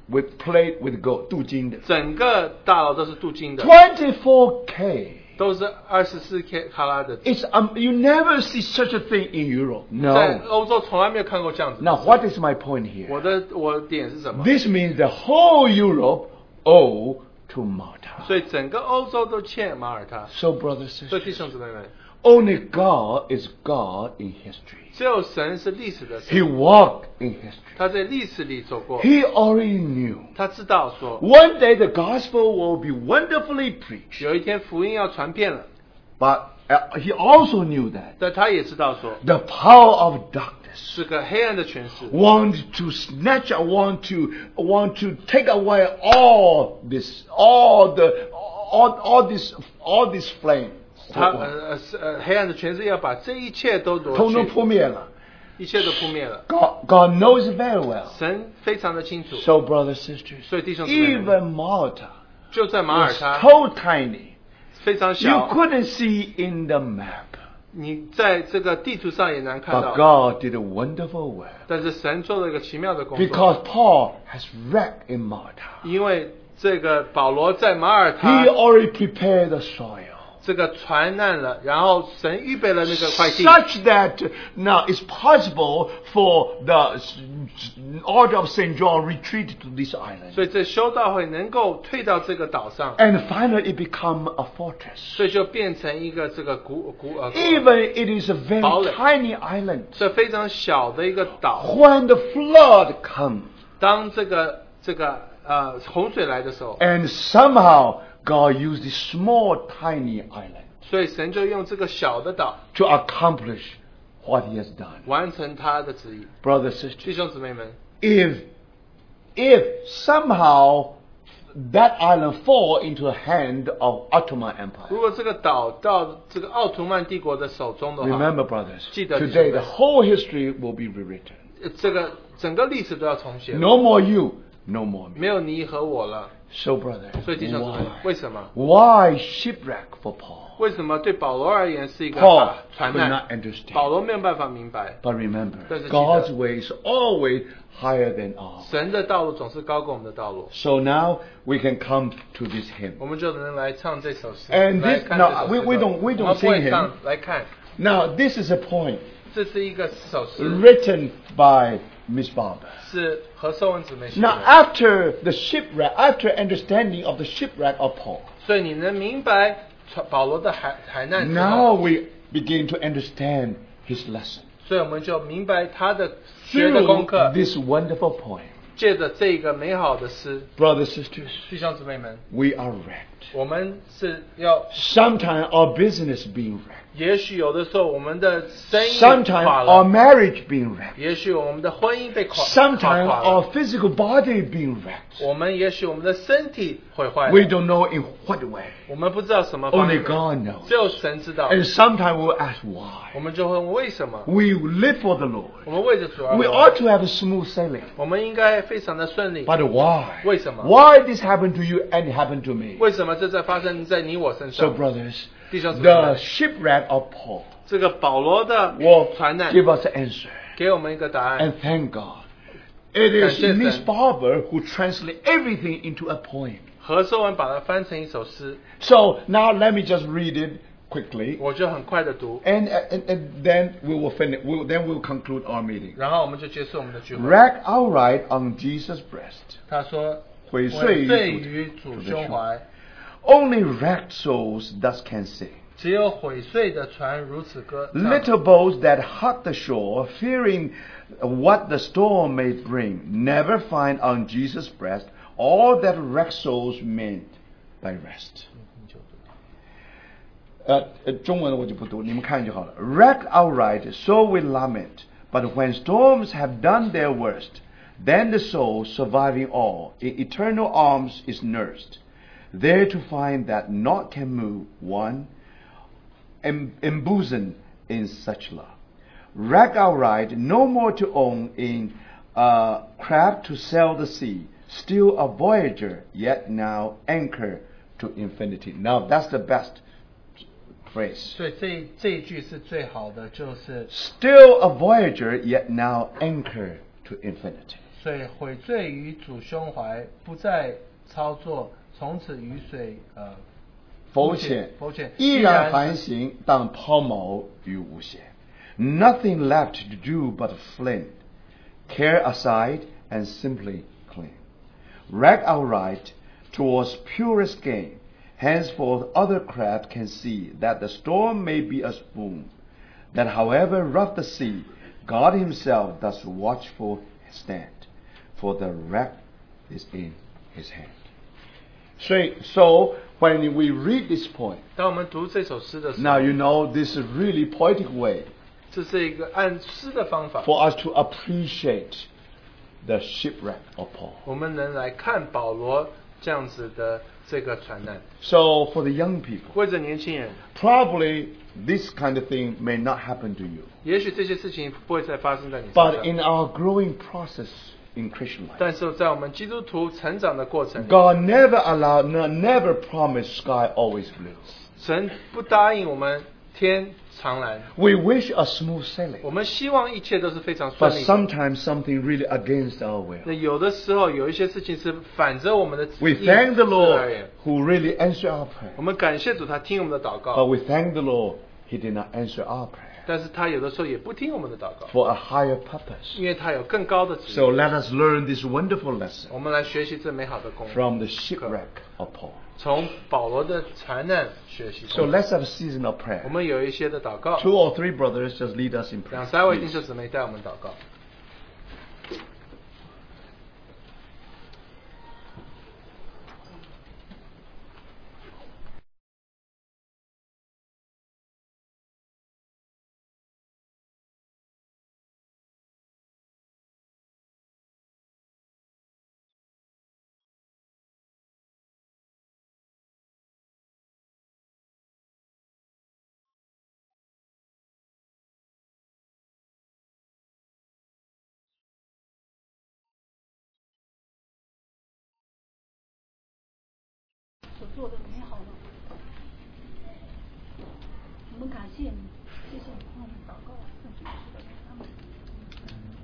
with plate with gold, 镀金的。整个大楼都是镀金的， 24K. 都是二十四 K 卡拉的。 It's um, you never see such a thing in Europe. 在 No. 欧洲从来没有看过这样子。 Now what is my point 我 here? 的我的点是什么？ This means the whole Europe owe to Malta. 所以整个欧洲都欠马耳他。 So brothers 所 sisters, 以弟兄姊妹们， only God is God in history. 只有神是历史的 He 神， walked in history. 他在历史里走过， He already knew. 他知道说 One day the gospel will be wonderfully preached. 有一天福音要传遍了， But uh, he also knew that 但他也知道说 the power of darkness 是个黑暗的权势， want to snatch, I want to want to take away all this, all the, all, all this, all this flame. 他呃呃是呃黑暗的权势要把这一切都 uh, 夺去，通通扑灭了。一切都扑灭了。 God, God knows very well. 神非常的清楚， So, brothers sisters, 所以弟兄姊妹们。 even Malta 就在马耳 was 他 so tiny, 非常 you 小， couldn't see in the map. 你在这个地图上也难看 But 到， God did a wonderful work 但是神做了一个奇妙的工作。 because Paul has read in Malta. 因为这个保罗在马耳 He 他 already prepared the soil. 这个船难了，然后神预备了那个快递， such that now it's possible for the s- s- order of St. John retreat to this 所 island. 以这修道会能够退到这个岛上， And finally it become a fortress. 所以就变成一个这个古古呃，古 Even it is a very 堡垒。 tiny island. 这非常小的一个岛。 When the flood comes, 当这个这个呃洪水来的时候， and somehow God used this small tiny island 所以神就用这个小的岛 to accomplish what he has done. 完成他的旨意。 Brothers, 弟 sisters, 兄姊妹们， if if somehow that island fall into the hand of Ottoman Empire. 如果这个岛到这个奥图曼帝国的手中的话， Remember, brothers, 记得， today 弟兄们。 the whole history will be rewritten. 呃这个整个历史都要重写了 No more you, no more 没 me. 有你和我了。 So, brothers, 所以弟兄姊妹 why,，为什么？ why shipwreck for Paul? 为什么对保罗而言是一个 Paul 大船 could not 难？保 understand. 罗没有办法明白， But remember, 但是记得。 God's ways always higher than ours. 神的道路总是高过我们的道路。 So now we can come to this 我 hymn. 们就能来唱这首诗， And 来 this- 看 no, 这首诗 we- we don't- we don't 我们不 sing 会 him. 唱，来看， Now, this is a poem 这是一个首诗， written by Miss Barber. 是何寿文姊妹写 Now, 的， after the shipwreck, after understanding of the shipwreck of Paul, 所以你能明白保罗的海海难之 now 后， we begin to understand his lesson. 所以我们就明白他的学的功 through 课， this wonderful poem. 借着这个美好的诗， Brothers, sisters, 弟兄姊妹们， we are wrecked. 我们是要， Sometimes our business being wrecked. 也许有的时候我们的生意 Sometimes 垮 our 了， marriage being wrecked. 也许我们的婚姻被垮垮 Sometimes 垮了。 our physical body being wrecked. 我们也许我们的身体毁坏 We 了， don't know in what way. 我们不知道什么方 Only 面， God knows. 只有神知道。 And sometimes we'll ask 我 why. 们就会问为什么？ We live for the 我 Lord. 们为着主而 We 活， ought to have a smooth sailing. 我们应该非常的顺利。 But why? 为什么？ Why this happened to you and it happened to me? 为什么这在发生在你我身 So, 上？ brothers, 弟兄姊妹 the 们， shipwreck of Paul 这个保罗的 will 船难 give us an answer. 给我们一个答案。 And thank God. It is 感谢神。 Miss Barber who translates everything into a poem. 何寿文把它翻成一首诗， So now let me just read it quickly, 我就很快的读， and, and, and then we will finish. We'll, then we'll conclude our meeting. 然后我们就结束我们的聚会。 Rack outright on Jesus' breast. 他说：“鬼我祟于睡主于主胸怀， Only racked souls thus can sing. 只有毁碎的船如此歌唱。 Little boats that hug the shore, fearing what the storm may bring, never find on Jesus' breast all that wrecked souls meant by rest. Uh, 呃，中文我就不读，你们看就好了。Wrecked outright, so we lament, but when storms have done their worst, then the soul, surviving all, in eternal arms is nursed, there to find that naught can move one em- embosomed in such love. Wreck outright, no more to own in uh, craft to sail the sea, still a voyager, yet now anchor to infinity. Now that's the best phrase. 所以这一这一句是最好的，就是 Still a voyager, yet now anchor to infinity. 水悔罪于主胸怀，不再操作，从此雨水呃浮潜，浮潜，依然航行，但抛锚于无限。Nothing left to do but fling, care aside and simply cling. Rack outright towards purest gain. Henceforth, other craft can see that the storm may be a spoon, that however rough the sea, God Himself does watchful stand, for the wreck is in His hand. So, so when we read this poem, 当我们读这首诗的时 now 候， you know this is really poetic way 这是一个按诗的方法， for us to appreciate the shipwreck of Paul. 我们能来看保罗这样子的这个船难。 So for the young people, 为着年轻人， probably this kind of thing may not happen to you, 也许这些事情不会再发生在你身 but in 上。 our growing process in Christian life, 但是在我们基督徒成长的过程里， God never allowed, no- never promised sky always blue. 神不答应我们天常蓝， We wish a smooth 我 sailing, 们希望一切都是非常 but 顺利的。 sometimes something really against our will. 那有的时候有一些事情是反着我们的旨 We 意 thank the 而言 Lord who really answered our prayer. 我们感谢主，他听我们的祷 But 告， we thank the Lord, He did not answer our prayer 但是他有的时候也不听我们的祷告， for a higher purpose. 因为他有更高的旨 So 意。 let us learn this wonderful lesson 我们来学习这美好的功课， from the shipwreck of Paul. 从保罗的船难学习。 So let's have a season of 我 prayer. 们有一些的祷告， Two or three brothers just lead us in 两 prayer. 三位弟兄姊妹带我们祷告。所做的美好的。我们感谢你，谢谢你听我们祷告，奉主耶稣的名阿门。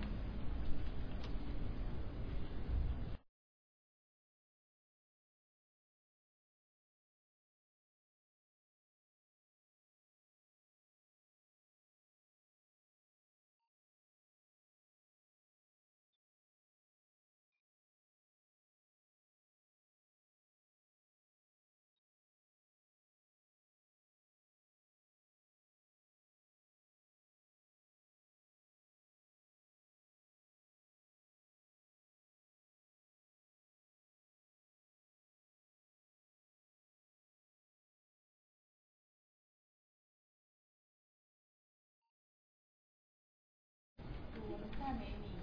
主，我们赞美你，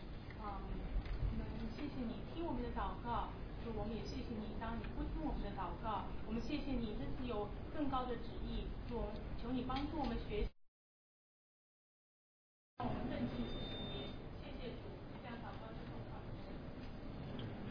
啊、我们谢谢你听我们的祷告，主，我们也谢谢你，当你不听我们的祷告，我们谢谢你，这是有更高的旨意，主，我们求你帮助我们学习，让我们认识你的旨意，谢谢主，这样祷告是奉靠你的名。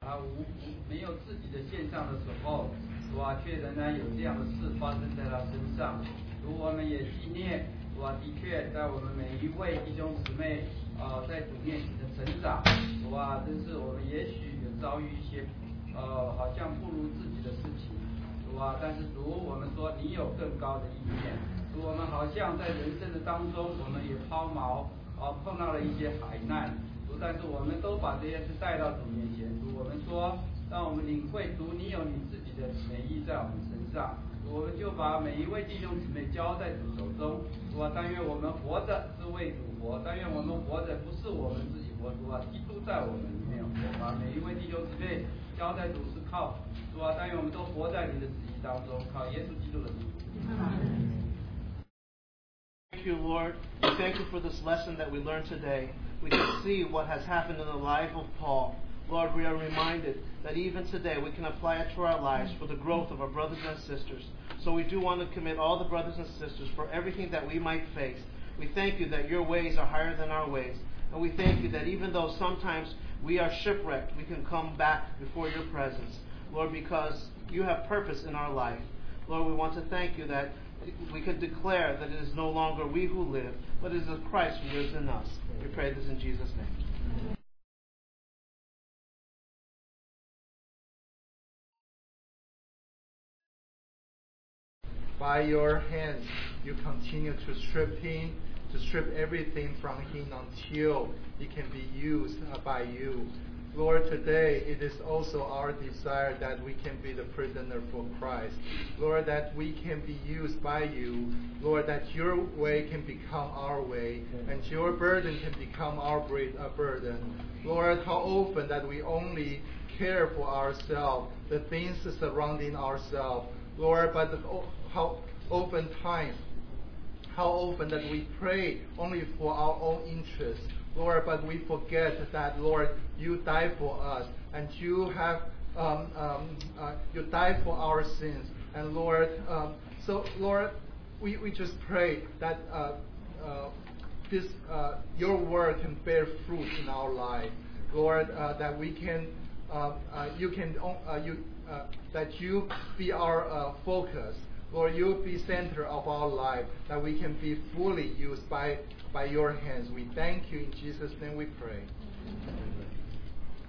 啊无没有自己的献上的时候，主啊却仍然有这样的事发生在他身上。如我们也纪念，主啊的确在我们每一位弟兄姊妹呃在主面前的成长，主啊真是我们也许有遭遇一些呃好像不如自己的事情，主啊但是主我们说你有更高的意念，主我们好像在人生的当中我们也抛锚啊、碰到了一些海难。主，但是我们都把这些事带到主面前。主，我们说，让我们领会主，你有你自己的美意在我们身上。主，我们就把每一位弟兄姊妹交在主手中。主啊，但愿我们活着是为主活，但愿我们活着不是我们自己活。主啊，基督在我们里面活。把每一位弟兄姊妹交在主是靠主啊，但愿我们都活在你的旨意当中，靠耶稣基督的名。 Thank you, Lord. We thank you for this lesson that we learned today. We can see what has happened in the life of Paul. Lord, we are reminded that even today we can apply it to our lives for the growth of our brothers and sisters. So we do want to commit all the brothers and sisters for everything that we might face. We thank you that your ways are higher than our ways. And we thank you that even though sometimes we are shipwrecked, we can come back before your presence. Lord, because you have purpose in our life. Lord, we want to thank you that we can declare that it is no longer we who live, but it is Christ who lives in us. We pray this in Jesus' name. By your hands, you continue to strip him, to strip everything from him until it can be used uh, by you. Lord, today it is also our desire that we can be the prisoner for Christ. Lord, that we can be used by you. Lord, that your way can become our way, and your burden can become our bur- uh, burden. Lord, how often that we only care for ourselves, the things surrounding ourselves. Lord, but o- how often times how often that we pray only for our own interests, Lord, but we forget that, Lord, you died for us and you have um, um, uh, you died for our sins. And Lord, um, so Lord, we, we just pray that uh, uh, this uh, your word can bear fruit in our life, Lord, uh, that we can uh, uh, you can o- uh, you uh, that you be our uh, focus. Lord, you be center of our life, that we can be fully used by by your hands. We thank you in Jesus' name. We pray.